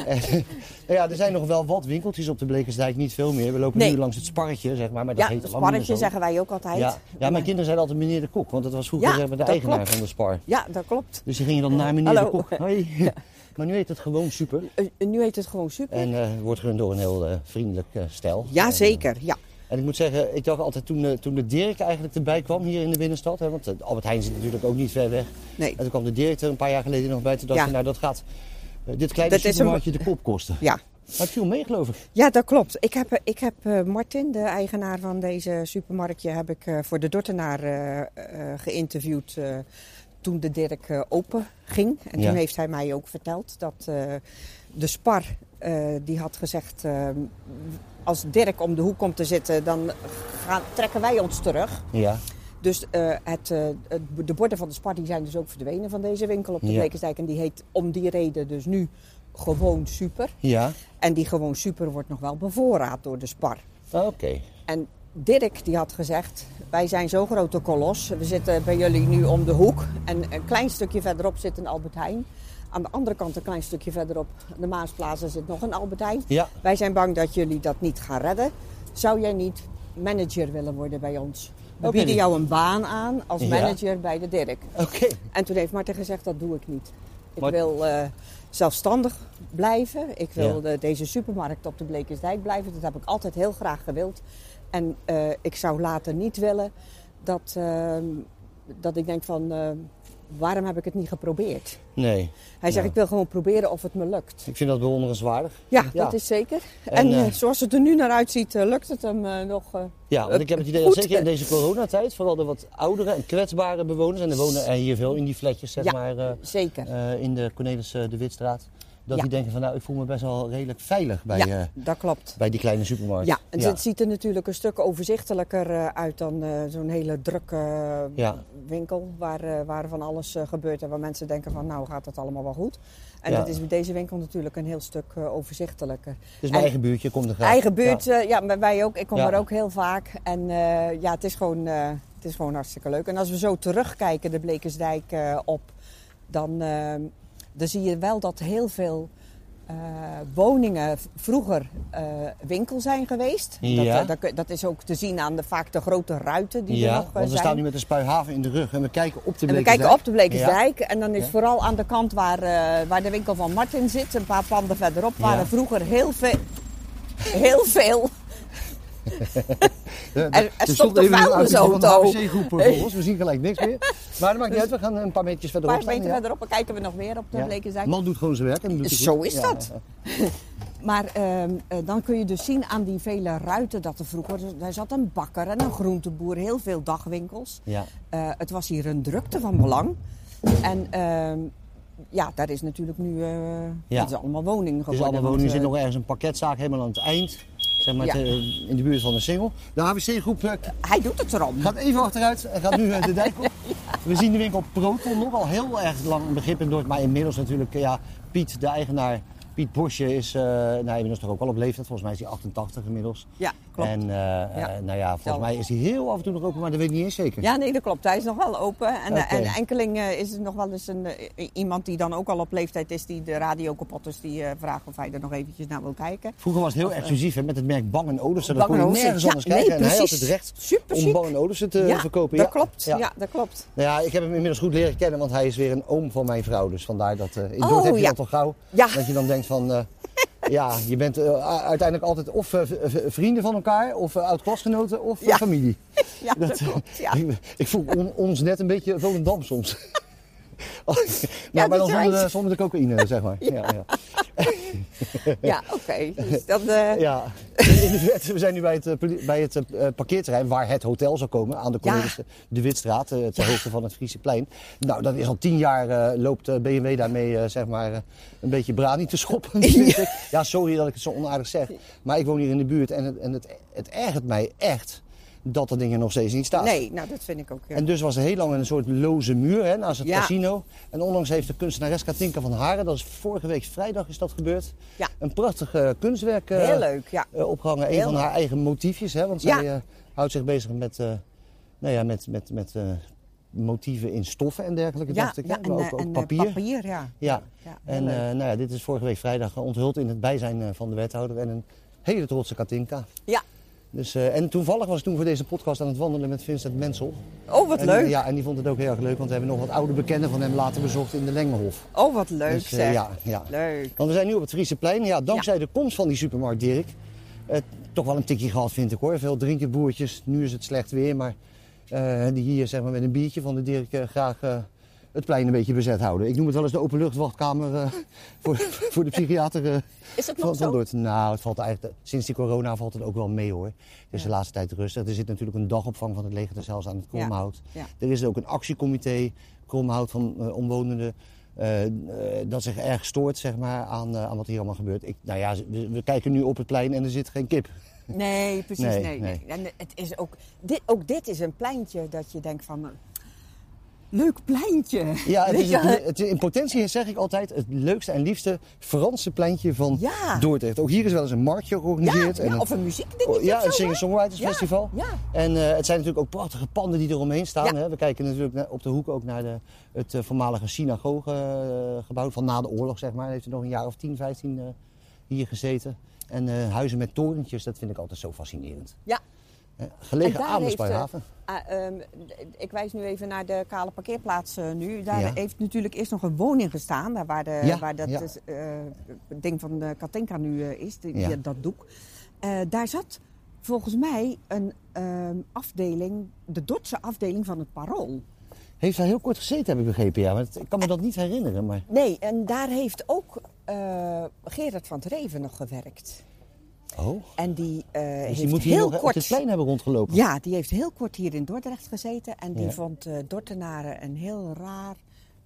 Speaker 2: En, <laughs> nou ja, er zijn nog wel wat winkeltjes op de Blikensdijk, niet veel meer. We lopen
Speaker 3: Nee.
Speaker 2: nu langs het sparretje, zeg maar, maar dat
Speaker 3: Ja,
Speaker 2: heet al lang niet
Speaker 3: sparretje
Speaker 2: meer zo.
Speaker 3: zeggen wij ook altijd.
Speaker 2: Ja. ja, mijn kinderen zeiden altijd meneer de Kok, want dat was vroeger
Speaker 3: Ja,
Speaker 2: zeg maar, de
Speaker 3: dat
Speaker 2: eigenaar
Speaker 3: klopt.
Speaker 2: van de spar.
Speaker 3: Ja, dat klopt.
Speaker 2: Dus die gingen dan naar meneer
Speaker 3: Hallo.
Speaker 2: de Kok. Hoi. <laughs> Maar nu heet het gewoon super
Speaker 3: Eh, nu heet het gewoon super.
Speaker 2: en eh, wordt gerund door een heel eh, vriendelijk eh, stijl.
Speaker 3: ja,
Speaker 2: En,
Speaker 3: zeker. Ja.
Speaker 2: En ik moet zeggen, ik dacht altijd toen, eh, toen de Dirk eigenlijk erbij kwam hier in de binnenstad. Hè, want eh, Albert Heijn zit natuurlijk ook niet ver weg.
Speaker 3: Nee.
Speaker 2: En toen kwam de Dirk er een paar jaar geleden nog bij. Toen dacht
Speaker 3: Ja.
Speaker 2: je, nou dat gaat eh, dit kleine
Speaker 3: Dat is een-
Speaker 2: supermarktje de kop kosten.
Speaker 3: Ja.
Speaker 2: Maar het viel mee geloof ik.
Speaker 3: Ja, dat klopt. Ik heb, eh, ik heb eh, Martin, de eigenaar van deze supermarktje, heb ik eh, voor de Dortenaar eh, eh, geïnterviewd eh, toen de Dirk eh, open ging. En
Speaker 2: Ja.
Speaker 3: toen heeft hij mij ook verteld dat eh, de Spar, eh, die had gezegd, eh, als Dirk om de hoek komt te zitten, dan gaan, trekken wij ons terug.
Speaker 2: Ja,
Speaker 3: Dus eh, het, eh, het- de borden van de Spar die zijn dus ook verdwenen van deze winkel op de
Speaker 2: Ja.
Speaker 3: Blekensdijk. En die heet om die reden dus nu gewoon super.
Speaker 2: ja.
Speaker 3: En die gewoon super wordt nog wel bevoorraad door de spar.
Speaker 2: Ah, Oké.
Speaker 3: En Dirk die had gezegd, wij zijn zo'n grote kolos. We zitten bij jullie nu om de hoek. En een klein stukje verderop zit een Albert Heijn. Aan de andere kant een klein stukje verderop, de Maasplaza, zit nog een Albert Heijn.
Speaker 2: Ja.
Speaker 3: Wij zijn bang dat jullie dat niet gaan redden. Zou jij niet manager willen worden bij ons? We
Speaker 2: Oké,
Speaker 3: bieden
Speaker 2: dus-
Speaker 3: jou een baan aan als
Speaker 2: Ja.
Speaker 3: manager bij de Dirk.
Speaker 2: Oké.
Speaker 3: En toen heeft Marten gezegd, dat doe ik niet. Ik
Speaker 2: Maar-
Speaker 3: wil eh, zelfstandig blijven. Ik wil
Speaker 2: Ja.
Speaker 3: de- deze supermarkt op de Blekersdijk blijven. Dat heb ik altijd heel graag gewild. En eh, ik zou later niet willen dat, eh, dat ik denk van... eh, waarom heb ik het niet
Speaker 2: <laughs>
Speaker 3: geprobeerd?
Speaker 2: Nee.
Speaker 3: Hij zegt,
Speaker 2: Ja.
Speaker 3: ik wil gewoon proberen of het me lukt.
Speaker 2: Ik vind dat bewonderenswaardig.
Speaker 3: Ja,
Speaker 2: Ja.
Speaker 3: dat is zeker. En,
Speaker 2: En, eh,
Speaker 3: eh, zoals het er nu naar uitziet, eh, lukt het hem eh, nog... eh,
Speaker 2: Ja, want ik heb het idee dat
Speaker 3: Goed.
Speaker 2: zeker in deze coronatijd, vooral de wat oudere en kwetsbare bewoners, en er wonen er hier veel in die flatjes, zeg
Speaker 3: Ja.
Speaker 2: maar, eh,
Speaker 3: zeker.
Speaker 2: eh, in de Cornelis eh, de Witstraat. Dat
Speaker 3: Ja.
Speaker 2: die denken van nou, ik voel me best wel redelijk veilig bij, eh,
Speaker 3: ja, dat klopt.
Speaker 2: bij die kleine supermarkt.
Speaker 3: Ja, het, het ziet er natuurlijk een stuk overzichtelijker eh, uit dan eh, zo'n hele drukke eh,
Speaker 2: Ja.
Speaker 3: winkel waar, eh, waar van alles eh, gebeurt en waar mensen denken van nou gaat dat allemaal wel goed. En
Speaker 2: Ja.
Speaker 3: dat is bij deze winkel natuurlijk een heel stuk eh, overzichtelijker.
Speaker 2: Het is mijn
Speaker 3: En-
Speaker 2: eigen buurtje, kom er graag.
Speaker 3: Eigen buurt,
Speaker 2: Ja.
Speaker 3: ja. ja, maar wij ook. Ik kom
Speaker 2: Ja.
Speaker 3: er ook heel vaak. En eh, ja, het is, gewoon, eh, het is gewoon hartstikke leuk. En als we zo terugkijken de Blekensdijk eh, op, dan, eh, dan zie je wel dat heel veel eh, woningen v- vroeger eh, winkel zijn geweest.
Speaker 2: Ja.
Speaker 3: Dat, eh, dat, kun- dat is ook te zien aan de, vaak de grote ruiten die er
Speaker 2: Ja,
Speaker 3: nog eh,
Speaker 2: want we
Speaker 3: zijn.
Speaker 2: staan nu met een spuihaven in de rug en we kijken op de
Speaker 3: En we
Speaker 2: Blekensdijk.
Speaker 3: kijken op de Blekensdijk. En dan is
Speaker 2: Ja.
Speaker 3: vooral aan de kant waar, eh, waar de winkel van Martin zit, een paar panden verderop,
Speaker 2: Ja.
Speaker 3: waren vroeger heel veel. Heel veel.
Speaker 2: Ja,
Speaker 3: er
Speaker 2: dus
Speaker 3: stopt een
Speaker 2: even een
Speaker 3: vuilnisauto.
Speaker 2: van de HBC-groep voor ons. We zien gelijk niks meer. Maar dat maakt niet uit, we gaan een paar metertjes
Speaker 3: Een
Speaker 2: verderop
Speaker 3: paar meter
Speaker 2: staan, ja.
Speaker 3: verderop en kijken we nog weer op de
Speaker 2: Ja.
Speaker 3: Blekensdijk.
Speaker 2: Man doet gewoon zijn werk. En doet hij
Speaker 3: Zo
Speaker 2: goed.
Speaker 3: is
Speaker 2: Ja,
Speaker 3: dat.
Speaker 2: ja.
Speaker 3: Maar ehm, eh, dan kun je dus zien aan die vele ruiten dat er vroeger... Daar zat een bakker en een groenteboer, heel veel dagwinkels.
Speaker 2: Ja.
Speaker 3: Eh, het was hier een drukte van belang. En ehm, ja, daar is natuurlijk nu... eh
Speaker 2: Ja.
Speaker 3: Het is allemaal woning
Speaker 2: Dus
Speaker 3: geworden.
Speaker 2: allemaal
Speaker 3: want,
Speaker 2: woningen
Speaker 3: eh,
Speaker 2: zit nog ergens een pakketzaak helemaal aan het eind. Zeg maar
Speaker 3: Ja.
Speaker 2: te- in de buurt van de Singel. De HBC-groep eh,
Speaker 3: Hij doet het erom.
Speaker 2: gaat even achteruit en gaat nu eh, de dijk op. We zien de winkel Proton nog al heel erg lang een begrip in Dordt. Maar inmiddels natuurlijk, eh, ja, Piet, de eigenaar, Piet Bosje is eh nou, inmiddels toch ook al op leeftijd. Volgens mij is hij 88 inmiddels.
Speaker 3: Ja, klopt.
Speaker 2: En eh, eh, nou ja, volgens
Speaker 3: Wel.
Speaker 2: mij is hij heel af en toe nog open, maar dat weet ik niet eens zeker.
Speaker 3: Ja, nee, dat klopt. Hij is nog wel open. En,
Speaker 2: Oké.
Speaker 3: en enkeling eh, is er nog wel eens een, eh, iemand die dan ook al op leeftijd is, die de radio kapot is, die eh, vraagt of hij er nog eventjes naar wil kijken.
Speaker 2: Vroeger was het heel exclusief hè, met het merk Bang en Olufsen. Dat
Speaker 3: eh, Bang
Speaker 2: kon je
Speaker 3: Olufsen,
Speaker 2: nergens
Speaker 3: ja,
Speaker 2: anders
Speaker 3: nee,
Speaker 2: krijgen. en hij had het
Speaker 3: precies.
Speaker 2: recht om
Speaker 3: Superchic.
Speaker 2: Bang en Olufsen te verkopen.
Speaker 3: dat
Speaker 2: ja.
Speaker 3: klopt. Ja.
Speaker 2: Ja.
Speaker 3: dat
Speaker 2: <laughs>
Speaker 3: klopt.
Speaker 2: Nou ja, ik heb hem inmiddels goed leren kennen, want hij is weer een oom van mijn vrouw. Dus vandaar dat eh in
Speaker 3: Oh,
Speaker 2: Dordt heb je
Speaker 3: ja.
Speaker 2: dat toch gauw.
Speaker 3: Ja.
Speaker 2: Dat je dan denkt van,
Speaker 3: <laughs>
Speaker 2: eh, ja, je bent eh, u- uiteindelijk altijd of eh, v- v- vrienden van elkaar, of eh, oud-klasgenoten, of eh,
Speaker 3: Ja.
Speaker 2: familie.
Speaker 3: Ja, <laughs> dat, klopt.
Speaker 2: <laughs>
Speaker 3: Ja.
Speaker 2: ik, ik voel on- ons net een beetje Volendam soms.
Speaker 3: <laughs>
Speaker 2: <laughs> maar maar
Speaker 3: dat
Speaker 2: dan
Speaker 3: is
Speaker 2: zonder,
Speaker 3: waar.
Speaker 2: de- zonder de cocaïne, zeg
Speaker 3: <laughs>
Speaker 2: maar. Ja, ja.
Speaker 3: ja oké. Dus dat, eh,
Speaker 2: Ja,
Speaker 3: <laughs>
Speaker 2: in de verte, we zijn nu bij het, eh, poli- bij het eh, parkeerterrein waar het hotel zou komen. Aan de
Speaker 3: Ja.
Speaker 2: Cornelis de Witstraat, eh, ter hoogte van het Friese plein. Nou, dat is al tien jaar eh, loopt eh, BMW daarmee eh, zeg maar, eh, een beetje brani te schoppen. <laughs> vind ik. Ja, sorry dat ik het zo onaardig zeg. Maar ik woon hier in de buurt en het, en het, het ergert mij echt dat dat ding er nog steeds niet staat.
Speaker 3: nee, nou dat vind ik ook. ja.
Speaker 2: En dus was er heel lang een soort loze muur hè, naast het
Speaker 3: Ja.
Speaker 2: casino. En onlangs heeft de kunstenares Katinka van Haren, dat is vorige week vrijdag is dat gebeurd,
Speaker 3: Ja.
Speaker 2: een prachtig eh, kunstwerk eh,
Speaker 3: Heel leuk, ja.
Speaker 2: eh, opgehangen. een
Speaker 3: Heel
Speaker 2: van
Speaker 3: leuk.
Speaker 2: haar eigen motiefjes, hè, want
Speaker 3: Ja.
Speaker 2: zij eh, houdt zich bezig met, eh, nou ja, met, met, met eh, motieven in stoffen en dergelijke,
Speaker 3: ja,
Speaker 2: dacht ik. hè,
Speaker 3: ja,
Speaker 2: maar
Speaker 3: eh,
Speaker 2: ook, ook
Speaker 3: en, eh,
Speaker 2: papier.
Speaker 3: ja.
Speaker 2: Ja,
Speaker 3: Ja, heel
Speaker 2: en
Speaker 3: leuk.
Speaker 2: eh, nou ja, dit is vorige week vrijdag onthuld in het bijzijn eh, van de wethouder en een hele trotse Katinka.
Speaker 3: ja.
Speaker 2: Dus, eh, en toevallig was ik toen voor deze podcast aan het wandelen met Vincent Mensel.
Speaker 3: Oh, wat
Speaker 2: En,
Speaker 3: leuk.
Speaker 2: Ja, en die vond het ook heel erg leuk, want we hebben nog wat oude bekenden van hem later bezocht in de Lengehof.
Speaker 3: Oh, wat leuk
Speaker 2: Dus, eh,
Speaker 3: zeg.
Speaker 2: ja, ja.
Speaker 3: Leuk.
Speaker 2: Want we zijn nu op het Frieseplein. Ja, dankzij de komst van die supermarkt, Dirk, eh, toch wel een tikje gehad, vind ik hoor. Veel drinkenboertjes, nu is het slecht weer, maar eh, die hier zeg maar, met een biertje van de Dirk eh, graag eh, het plein een beetje bezet houden. Ik noem het wel eens de openluchtwachtkamer eh, <laughs> voor, voor de psychiater. eh,
Speaker 3: Is dat nog
Speaker 2: van, van
Speaker 3: zo?
Speaker 2: Dordt. Nou, het valt eigenlijk, sinds die corona valt het ook wel mee hoor. Het is de laatste tijd rustig. Er zit natuurlijk een dagopvang van het leger er zelfs aan het
Speaker 3: Ja.
Speaker 2: Kromhout.
Speaker 3: Ja.
Speaker 2: Er is ook een actiecomité Kromhout van eh, omwonenden. eh, eh, dat zich erg stoort zeg maar, aan, eh, aan wat hier allemaal gebeurt. Ik, nou ja, we, we kijken nu op het plein en er zit geen kip.
Speaker 3: Nee, precies.
Speaker 2: Nee,
Speaker 3: Nee,
Speaker 2: nee.
Speaker 3: En het is ook, dit, ook dit is een pleintje dat je denkt van. eh, Leuk pleintje.
Speaker 2: Ja, het
Speaker 3: <laughs> Weet
Speaker 2: is
Speaker 3: je wel?
Speaker 2: het, het, in potentie zeg ik altijd het leukste en liefste Franse pleintje van
Speaker 3: Ja.
Speaker 2: Dordrecht. Ook hier is wel eens een marktje georganiseerd.
Speaker 3: Ja,
Speaker 2: en
Speaker 3: ja,
Speaker 2: een-
Speaker 3: of een muziekdingetje
Speaker 2: Oh, Ja,
Speaker 3: of
Speaker 2: het
Speaker 3: zo, hè?
Speaker 2: Singer-Songwriters
Speaker 3: Ja,
Speaker 2: Festival.
Speaker 3: ja.
Speaker 2: En eh, het zijn natuurlijk ook prachtige panden die eromheen staan.
Speaker 3: Ja.
Speaker 2: Hè? We kijken natuurlijk naar- op de hoek ook naar de, het eh, voormalige synagogegebouw van na de oorlog, zeg maar. Heeft er nog een jaar of 10, 15 eh, hier gezeten. En eh, huizen met torentjes, dat vind ik altijd zo fascinerend.
Speaker 3: Ja,
Speaker 2: Hè,
Speaker 3: en
Speaker 2: Gelegen
Speaker 3: daar
Speaker 2: aan de
Speaker 3: heeft, eh,
Speaker 2: Spuihaven.
Speaker 3: ah, ehm, d- ik wijs nu even naar de kale parkeerplaats eh, nu. Daar
Speaker 2: Ja.
Speaker 3: heeft natuurlijk eerst nog een woning gestaan. Daar waar, de,
Speaker 2: Ja,
Speaker 3: waar dat
Speaker 2: ja.
Speaker 3: is, eh, ding van de Katinka nu eh, is, die-
Speaker 2: Ja.
Speaker 3: die- dat doek. Eh, daar zat volgens mij een ehm, afdeling, de Dotse afdeling van het Parool.
Speaker 2: Heeft daar heel kort gezeten, heb ik begrepen. Ja, maar het- ik kan me dat niet herinneren. Maar...
Speaker 3: Nee, en daar heeft ook eh, Gerard van het Reven nog gewerkt.
Speaker 2: Oh,
Speaker 3: En die, eh
Speaker 2: dus
Speaker 3: heeft
Speaker 2: die moet hier
Speaker 3: heel
Speaker 2: nog op
Speaker 3: kort...
Speaker 2: het plein hebben rondgelopen.
Speaker 3: Ja, die heeft heel kort hier in Dordrecht gezeten. En die
Speaker 2: Ja.
Speaker 3: vond eh Dordtenaren een heel raar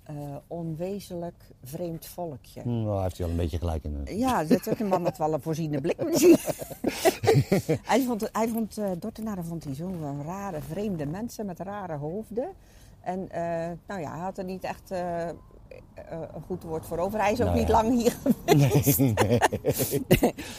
Speaker 3: eh, onwezenlijk vreemd volkje.
Speaker 2: Hm, nou, heeft hij al een beetje gelijk in. eh.
Speaker 3: Ja, dat is een man met wel een voorziene blik
Speaker 2: <laughs>
Speaker 3: misschien. hij vond, hij vond eh Dordtenaren vond hij zo'n rare, vreemde mensen met rare hoofden. En eh, nou ja, hij had er niet echt eh, eh, een goed woord voor over. Hij is ook
Speaker 2: Nou
Speaker 3: niet
Speaker 2: ja.
Speaker 3: lang hier.
Speaker 2: <laughs>
Speaker 3: <laughs>
Speaker 2: Nee, nee.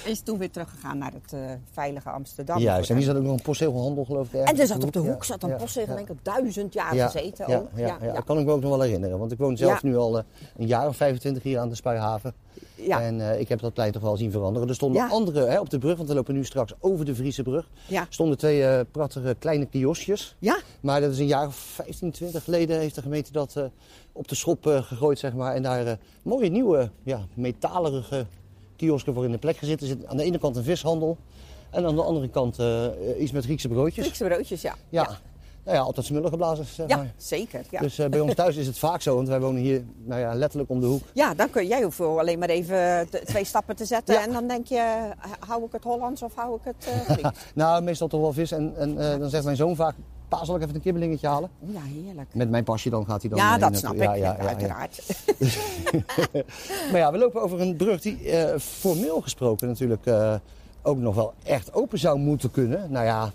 Speaker 3: is toen weer teruggegaan naar het eh, veilige Amsterdam.
Speaker 2: Juist, en die zat ook nog een postzegelhandel geloof ik
Speaker 3: En
Speaker 2: ergens
Speaker 3: er zat op de
Speaker 2: ja.
Speaker 3: hoek zat een
Speaker 2: Ja,
Speaker 3: postzegel,
Speaker 2: ja.
Speaker 3: denk ik, duizend jaar gezeten
Speaker 2: ja,
Speaker 3: ook.
Speaker 2: Ja, ja,
Speaker 3: ja.
Speaker 2: dat kan ik me ook nog wel herinneren. Want ik woon zelf
Speaker 3: Ja.
Speaker 2: nu al eh, een jaar of 25 hier aan de Spuihaven.
Speaker 3: Ja.
Speaker 2: En eh, ik heb dat plein toch wel zien veranderen. Er stonden
Speaker 3: Ja.
Speaker 2: andere hè, op de brug, want we lopen nu straks over de Friese brug.
Speaker 3: Ja.
Speaker 2: stonden twee eh, prachtige kleine kioskjes.
Speaker 3: Ja.
Speaker 2: Maar dat is een jaar of 15, 20 geleden heeft de gemeente dat eh, op de schop eh, gegooid, zeg maar. En daar eh, mooie nieuwe, ja, metalerige kiosken voor in de plek gezet. Er zit aan de ene kant een vishandel en aan de andere kant eh, eh, iets met Griekse broodjes.
Speaker 3: Griekse broodjes, ja.
Speaker 2: Ja. Nou ja, altijd smullen geblazen, zeg
Speaker 3: Ja,
Speaker 2: maar.
Speaker 3: zeker. Ja.
Speaker 2: Dus eh, bij ons thuis is het vaak zo, want wij wonen hier nou ja, letterlijk om de hoek.
Speaker 3: Ja, dan kun jij hoeft wel alleen maar even t- twee stappen te zetten.
Speaker 2: Ja.
Speaker 3: En dan denk je, h- hou ik het Hollands of hou ik
Speaker 2: <laughs>
Speaker 3: het eh, Grieks?
Speaker 2: Nou, meestal toch wel vis. En, en eh, dan zegt mijn zoon vaak, pa zal ik even een kibbelingetje halen?
Speaker 3: Oeh, ja, heerlijk.
Speaker 2: Met mijn pasje dan gaat hij dan.
Speaker 3: ja,
Speaker 2: eh,
Speaker 3: dat
Speaker 2: hier
Speaker 3: snap ik,
Speaker 2: naartoe. Ja, ja, ja, ja.
Speaker 3: uiteraard. <laughs>
Speaker 2: Maar ja, we lopen over een brug die eh, formeel gesproken natuurlijk eh, ook nog wel echt open zou moeten kunnen. Nou ja,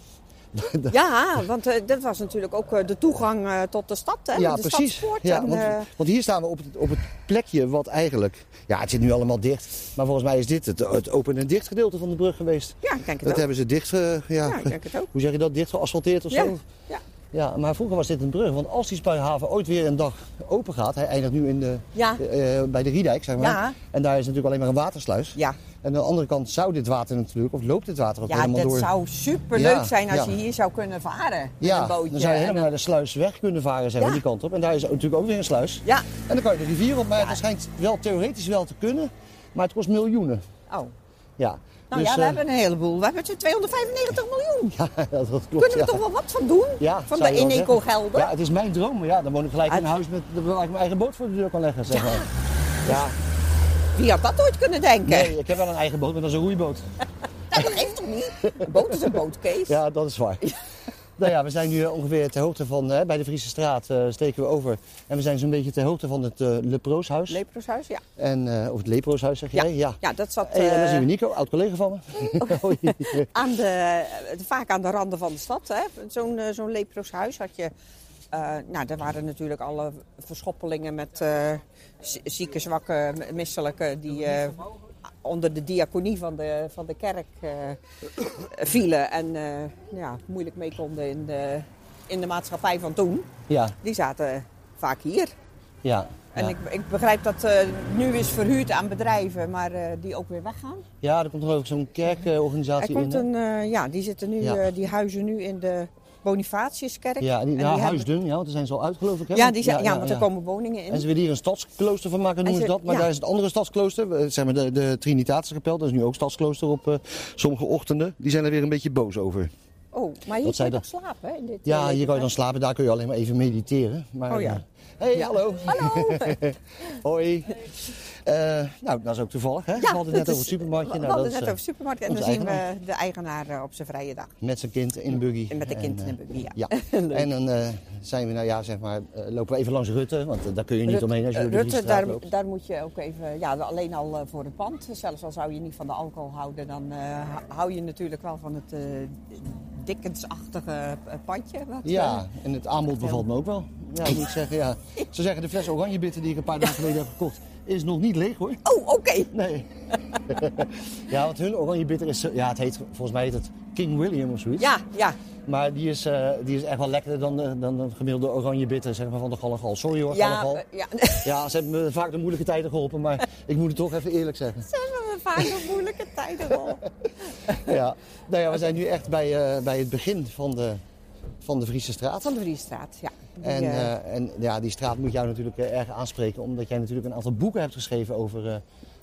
Speaker 2: <laughs>
Speaker 3: Ja, want eh, dat was natuurlijk ook eh, de toegang eh, tot de stad, hè?
Speaker 2: ja
Speaker 3: de
Speaker 2: precies.
Speaker 3: stadspoort
Speaker 2: Ja,
Speaker 3: en,
Speaker 2: want,
Speaker 3: eh,
Speaker 2: want hier staan we op het, op het plekje wat eigenlijk... Ja, het zit nu allemaal dicht. Maar volgens mij is dit het, het open en dicht gedeelte van de brug geweest.
Speaker 3: ja, ik denk het
Speaker 2: Dat
Speaker 3: ook.
Speaker 2: hebben ze dicht, eh, ja,
Speaker 3: Ja, ik denk het ook.
Speaker 2: <laughs> hoe zeg je dat, dicht geasfalteerd of
Speaker 3: Ja,
Speaker 2: zo?
Speaker 3: ja.
Speaker 2: Ja, maar vroeger was dit een brug. Want als die Spuihaven ooit weer een dag open gaat, hij eindigt nu in de,
Speaker 3: Ja.
Speaker 2: eh, eh, bij de Riedijk, zeg maar.
Speaker 3: Ja.
Speaker 2: En daar is natuurlijk alleen maar een watersluis.
Speaker 3: Ja.
Speaker 2: En aan de andere kant zou dit water natuurlijk, of loopt dit water ook
Speaker 3: Ja,
Speaker 2: helemaal
Speaker 3: dat
Speaker 2: door.
Speaker 3: zou superleuk
Speaker 2: Ja,
Speaker 3: zijn als
Speaker 2: ja.
Speaker 3: je hier zou kunnen varen met
Speaker 2: ja,
Speaker 3: een bootje.
Speaker 2: dan zou je
Speaker 3: en
Speaker 2: helemaal naar de sluis weg kunnen varen, zeg maar,
Speaker 3: Ja.
Speaker 2: die kant op. En daar is natuurlijk ook weer een sluis.
Speaker 3: Ja.
Speaker 2: En dan kan je de rivier op, maar dat schijnt wel theoretisch wel te kunnen. Maar het kost miljoenen.
Speaker 3: een- Oh.
Speaker 2: Ja.
Speaker 3: Nou
Speaker 2: Dus,
Speaker 3: ja, we
Speaker 2: eh,
Speaker 3: hebben een heleboel. We hebben zo'n 295 miljoen.
Speaker 2: <laughs> ja, dat klopt,
Speaker 3: Kunnen we
Speaker 2: ja.
Speaker 3: toch wel wat van doen?
Speaker 2: Ja,
Speaker 3: van
Speaker 2: zou
Speaker 3: de Ah,
Speaker 2: je wel
Speaker 3: Eneco
Speaker 2: zeggen.
Speaker 3: gelden?
Speaker 2: Ja, het is mijn droom. maar Ja, dan woon ik gelijk in
Speaker 3: Uit-
Speaker 2: een huis met, waar ik mijn eigen boot voor de deur kan leggen. Zeg
Speaker 3: <laughs>
Speaker 2: maar. ja.
Speaker 3: Wie had dat ooit kunnen denken?
Speaker 2: Nee, ik heb wel een eigen boot, maar dat is een roeiboot.
Speaker 3: Nou, dat geeft toch niet? Een boot is een boot, Kees.
Speaker 2: Ja, dat is waar. <laughs> Nou ja, we zijn nu eh, ongeveer ter hoogte van, hè, bij de Friese straat eh, steken we over. En we zijn zo'n beetje ter hoogte van het eh Leprooshuis.
Speaker 3: Leprooshuis, ja.
Speaker 2: en, eh, of het Leprooshuis zeg jij? Ja.
Speaker 3: ja, dat zat
Speaker 2: En, ja, dan
Speaker 3: eh,
Speaker 2: zien we Nico, oud collega van me. Oh, jee.
Speaker 3: aan de, eh, vaak aan de randen van de stad. hè. Zo'n eh, zo'n leprooshuis had je... eh, nou, daar waren natuurlijk alle verschoppelingen met eh, zie- zieke, zwakke, m- misselijke... die eh, onder de diaconie van de, van de kerk eh, vielen. En eh, ja, moeilijk mee konden in de, in de maatschappij van toen.
Speaker 2: ja,
Speaker 3: Die zaten vaak hier.
Speaker 2: ja.
Speaker 3: En
Speaker 2: ja.
Speaker 3: ik, ik begrijp dat eh, nu is verhuurd aan bedrijven, maar eh, die ook weer weggaan.
Speaker 2: Ja, er komt geloof ik zo'n kerkorganisatie
Speaker 3: Er komt
Speaker 2: in. hè?
Speaker 3: een, eh, ja, die, zitten nu,
Speaker 2: Ja.
Speaker 3: eh, die huizen nu in de Bonifatiuskerk.
Speaker 2: Ja, en die,
Speaker 3: En
Speaker 2: ja
Speaker 3: die
Speaker 2: Huisdun, ja, want er zijn ze al uit geloof ik. Hè?
Speaker 3: hebben- Ja, die zijn, ja, want
Speaker 2: ja.
Speaker 3: er komen woningen in.
Speaker 2: En ze willen hier een stadsklooster van maken, noemen
Speaker 3: En
Speaker 2: ze
Speaker 3: ze-
Speaker 2: dat. Maar
Speaker 3: ja.
Speaker 2: daar is het andere stadsklooster, eh, zeg maar de, de Trinitatische kapel. Dat is nu ook stadsklooster op eh, sommige ochtenden. Die zijn er weer een beetje boos over.
Speaker 3: Oh, maar hier
Speaker 2: Wat
Speaker 3: kun
Speaker 2: zei
Speaker 3: je
Speaker 2: dat?
Speaker 3: toch slapen? hè, In dit,
Speaker 2: Ja,
Speaker 3: eh,
Speaker 2: hier kan je dan
Speaker 3: dit-
Speaker 2: slapen, daar kun je alleen maar even mediteren. Maar,
Speaker 3: Oh ja.
Speaker 2: eh, hey, hallo.
Speaker 3: Hallo!
Speaker 2: <laughs> Hoi. Eh, nou, dat is ook toevallig, hè? we hadden het
Speaker 3: dat
Speaker 2: net over
Speaker 3: is-
Speaker 2: het supermarktje.
Speaker 3: We
Speaker 2: Nou,
Speaker 3: hadden
Speaker 2: dat
Speaker 3: het net
Speaker 2: is, eh,
Speaker 3: over de supermarkt en
Speaker 2: onze
Speaker 3: dan zien we
Speaker 2: eigenaar.
Speaker 3: de eigenaar eh, op zijn vrije dag.
Speaker 2: Met zijn kind in een buggy.
Speaker 3: En met de kind in
Speaker 2: eh,
Speaker 3: een buggy, ja.
Speaker 2: Ja,
Speaker 3: <laughs>
Speaker 2: en dan eh, zijn we, nou ja, zeg maar, eh, lopen we even langs Rutte, want eh, daar kun je niet
Speaker 3: Rut-
Speaker 2: omheen als je
Speaker 3: eh,
Speaker 2: door de
Speaker 3: Rutte,
Speaker 2: Vriestraat
Speaker 3: daar,
Speaker 2: loopt.
Speaker 3: daar moet je ook even, ja, alleen al eh, voor het pand. Zelfs al zou je niet van de alcohol houden, dan eh, hou je natuurlijk wel van het eh dikkensachtige eh, pandje. Wat, eh,
Speaker 2: Ja, en het aanbod bevalt me ook wel. Ja, moet ik
Speaker 3: <laughs>
Speaker 2: zeggen, ja. Ze zeggen, de fles oranjebitter die ik een paar dagen geleden heb gekocht, is nog niet leeg hoor.
Speaker 3: Oh, oké. <laughs>
Speaker 2: Nee. ja, want hun oranjebitter is, zo- ja, het heet, volgens mij heet het King William of zoiets.
Speaker 3: Ja, ja.
Speaker 2: Maar die is, eh, die is echt wel lekkerder dan de, dan de gemiddelde oranjebitter, zeg maar, van de Gallegal. Sorry hoor,
Speaker 3: Ja,
Speaker 2: Gallegal.
Speaker 3: eh, <laughs> ja.
Speaker 2: Ja, ze hebben me vaak de moeilijke tijden geholpen, maar ik moet het toch even eerlijk zeggen.
Speaker 3: Ze hebben we vaak een moeilijke tijden al.
Speaker 2: Ja. Nou ja, we zijn nu echt bij, eh, bij het begin van de, van de Friese straat.
Speaker 3: Van de Vriestraat, ja. Die,
Speaker 2: En,
Speaker 3: eh,
Speaker 2: eh, en ja, die straat moet jou natuurlijk eh, erg aanspreken, omdat jij natuurlijk een aantal boeken hebt geschreven over, eh,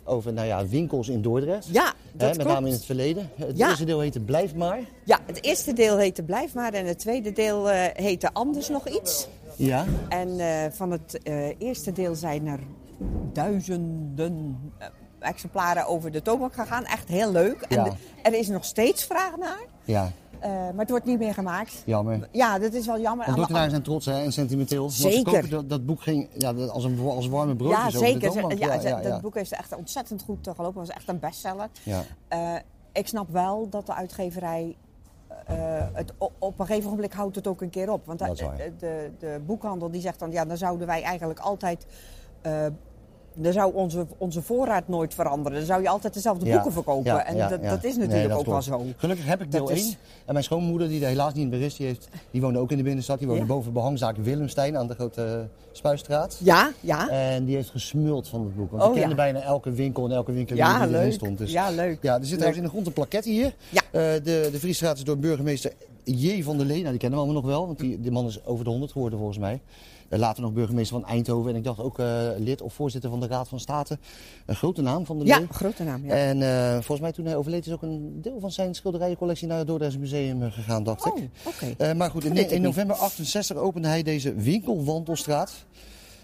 Speaker 2: over nou ja, winkels in Dordrecht.
Speaker 3: ja,
Speaker 2: Hè,
Speaker 3: dat
Speaker 2: met
Speaker 3: klopt.
Speaker 2: name in het verleden. Het
Speaker 3: Ja.
Speaker 2: eerste deel heette Blijf maar.
Speaker 3: Ja, het eerste deel heette Blijf maar en het tweede deel eh, heette Anders nog iets.
Speaker 2: Ja.
Speaker 3: En eh, van het eh, eerste deel zijn er duizenden eh, exemplaren over de toonbank gegaan. Echt heel leuk. En
Speaker 2: Ja.
Speaker 3: de- er is nog steeds vraag naar.
Speaker 2: ja.
Speaker 3: Eh, maar het wordt niet meer gemaakt.
Speaker 2: Jammer.
Speaker 3: Ja, dat is wel jammer.
Speaker 2: Want
Speaker 3: Aan de
Speaker 2: Dordtenaars zijn trots hè, en sentimenteel. Want Ze
Speaker 3: Zeker.
Speaker 2: kopen dat, dat boek ging ja, dat- als, een, als warme broodjes
Speaker 3: Ja,
Speaker 2: over de
Speaker 3: zeker.
Speaker 2: toonbank.
Speaker 3: ja,
Speaker 2: ja, ja.
Speaker 3: Dat boek is echt ontzettend goed te gelopen. Het was echt een bestseller.
Speaker 2: Ja.
Speaker 3: Eh, ik snap wel dat de uitgeverij... eh, het, o- op een gegeven moment houdt het ook een keer op. Want
Speaker 2: Dat is waar.
Speaker 3: de, de, de boekhandel die zegt dan... Ja, dan zouden wij eigenlijk altijd... eh, dan zou onze, onze voorraad nooit veranderen. Dan zou je altijd dezelfde
Speaker 2: Ja,
Speaker 3: boeken verkopen.
Speaker 2: ja,
Speaker 3: en
Speaker 2: ja,
Speaker 3: dat,
Speaker 2: ja.
Speaker 3: dat is
Speaker 2: Nee,
Speaker 3: natuurlijk
Speaker 2: dat
Speaker 3: ook
Speaker 2: klopt.
Speaker 3: wel zo.
Speaker 2: Gelukkig heb ik deel
Speaker 3: Dat is-
Speaker 2: 1. En mijn schoonmoeder, die er helaas niet meer is, die, heeft, die woonde ook in de binnenstad. Die woonde
Speaker 3: Ja.
Speaker 2: boven behangzaak Willemstein aan de grote eh, Spuistraat.
Speaker 3: Ja, ja.
Speaker 2: En die heeft gesmuld van het boek. Want
Speaker 3: Oh,
Speaker 2: die kende
Speaker 3: ja.
Speaker 2: bijna elke winkel en elke winkel
Speaker 3: Ja,
Speaker 2: die erin
Speaker 3: leuk.
Speaker 2: stond. Dus,
Speaker 3: Ja, leuk.
Speaker 2: Ja, er zit trouwens in de grond een plakket hier.
Speaker 3: Ja.
Speaker 2: Eh, de, de Vriesstraat is door burgemeester J. van der Leen. Nou, die kennen we allemaal nog wel, want die, die man is over de 100 geworden volgens mij. Eh, Later nog burgemeester van Eindhoven. En ik dacht ook eh, lid of voorzitter van de Raad van State. Een grote naam van de
Speaker 3: Ja,
Speaker 2: Lee.
Speaker 3: grote naam. Ja.
Speaker 2: En eh, volgens mij toen hij overleed is ook een deel van zijn schilderijencollectie naar het Dordrechts Museum eh, gegaan, dacht
Speaker 3: Oh,
Speaker 2: ik.
Speaker 3: oké.
Speaker 2: Eh, maar goed, in,
Speaker 3: weet ik
Speaker 2: in
Speaker 3: niet.
Speaker 2: november 68 opende hij deze winkelwandelstraat.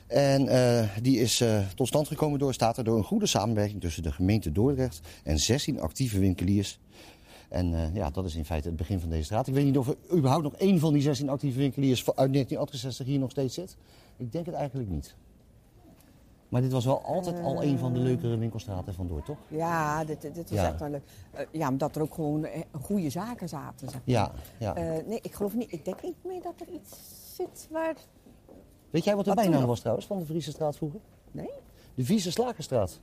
Speaker 2: En eh, die is eh, tot stand gekomen door, staat er door een goede samenwerking tussen de gemeente Dordrecht en 16 actieve winkeliers. En eh, ja, dat is in feite het begin van deze straat. Ik weet niet of er überhaupt nog één van die 16 actieve winkeliers van- uit 1968 hier nog steeds zit. Ik denk het eigenlijk niet. Maar dit was wel altijd
Speaker 3: Eh.
Speaker 2: al een van de leukere winkelstraten vandoor, toch?
Speaker 3: Ja, dit, dit was
Speaker 2: Ja.
Speaker 3: echt wel leuk. Eh, ja, omdat er ook gewoon eh, goede zaken zaten. Zeg.
Speaker 2: Ja, ja.
Speaker 3: Eh, nee, ik geloof niet. Ik denk niet meer dat er iets zit waar.
Speaker 2: Weet jij wat de
Speaker 3: wat toen
Speaker 2: bijnaam
Speaker 3: nog?
Speaker 2: was trouwens van de Friese straat vroeger?
Speaker 3: Nee?
Speaker 2: De Vieze Slagerstraat.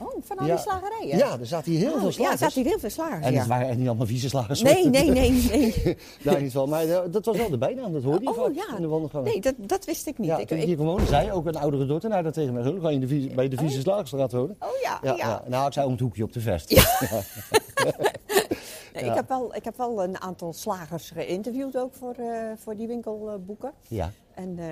Speaker 3: Oh, van al die slagerijen.
Speaker 2: Ja, er zaten hier heel
Speaker 3: Oh,
Speaker 2: veel
Speaker 3: Ja, er
Speaker 2: slagers.
Speaker 3: zaten hier heel veel slagers.
Speaker 2: en
Speaker 3: ja.
Speaker 2: het waren echt niet allemaal vieze slagers.
Speaker 3: Nee, nee, nee, nee.
Speaker 2: <laughs> Daar niet van. Maar eh, dat was wel de bijnaam, dat hoorde je
Speaker 3: Oh
Speaker 2: vaak
Speaker 3: ja.
Speaker 2: in de wandelgang.
Speaker 3: Nee, dat, dat wist ik niet.
Speaker 2: ja,
Speaker 3: ik,
Speaker 2: toen ik
Speaker 3: ik-
Speaker 2: hier gewoon zei, ook een oudere dortenaar dat tegen mij. "Huh, Ga je in de vieze- bij de Vieze Slagerstraat wonen?
Speaker 3: Oh ja, ja.
Speaker 2: Nou, ik zei om het hoekje op de vest.
Speaker 3: nee, ik, heb wel, ik heb wel een aantal slagers geïnterviewd ook voor, eh, voor die winkelboeken.
Speaker 2: Ja.
Speaker 3: En eh,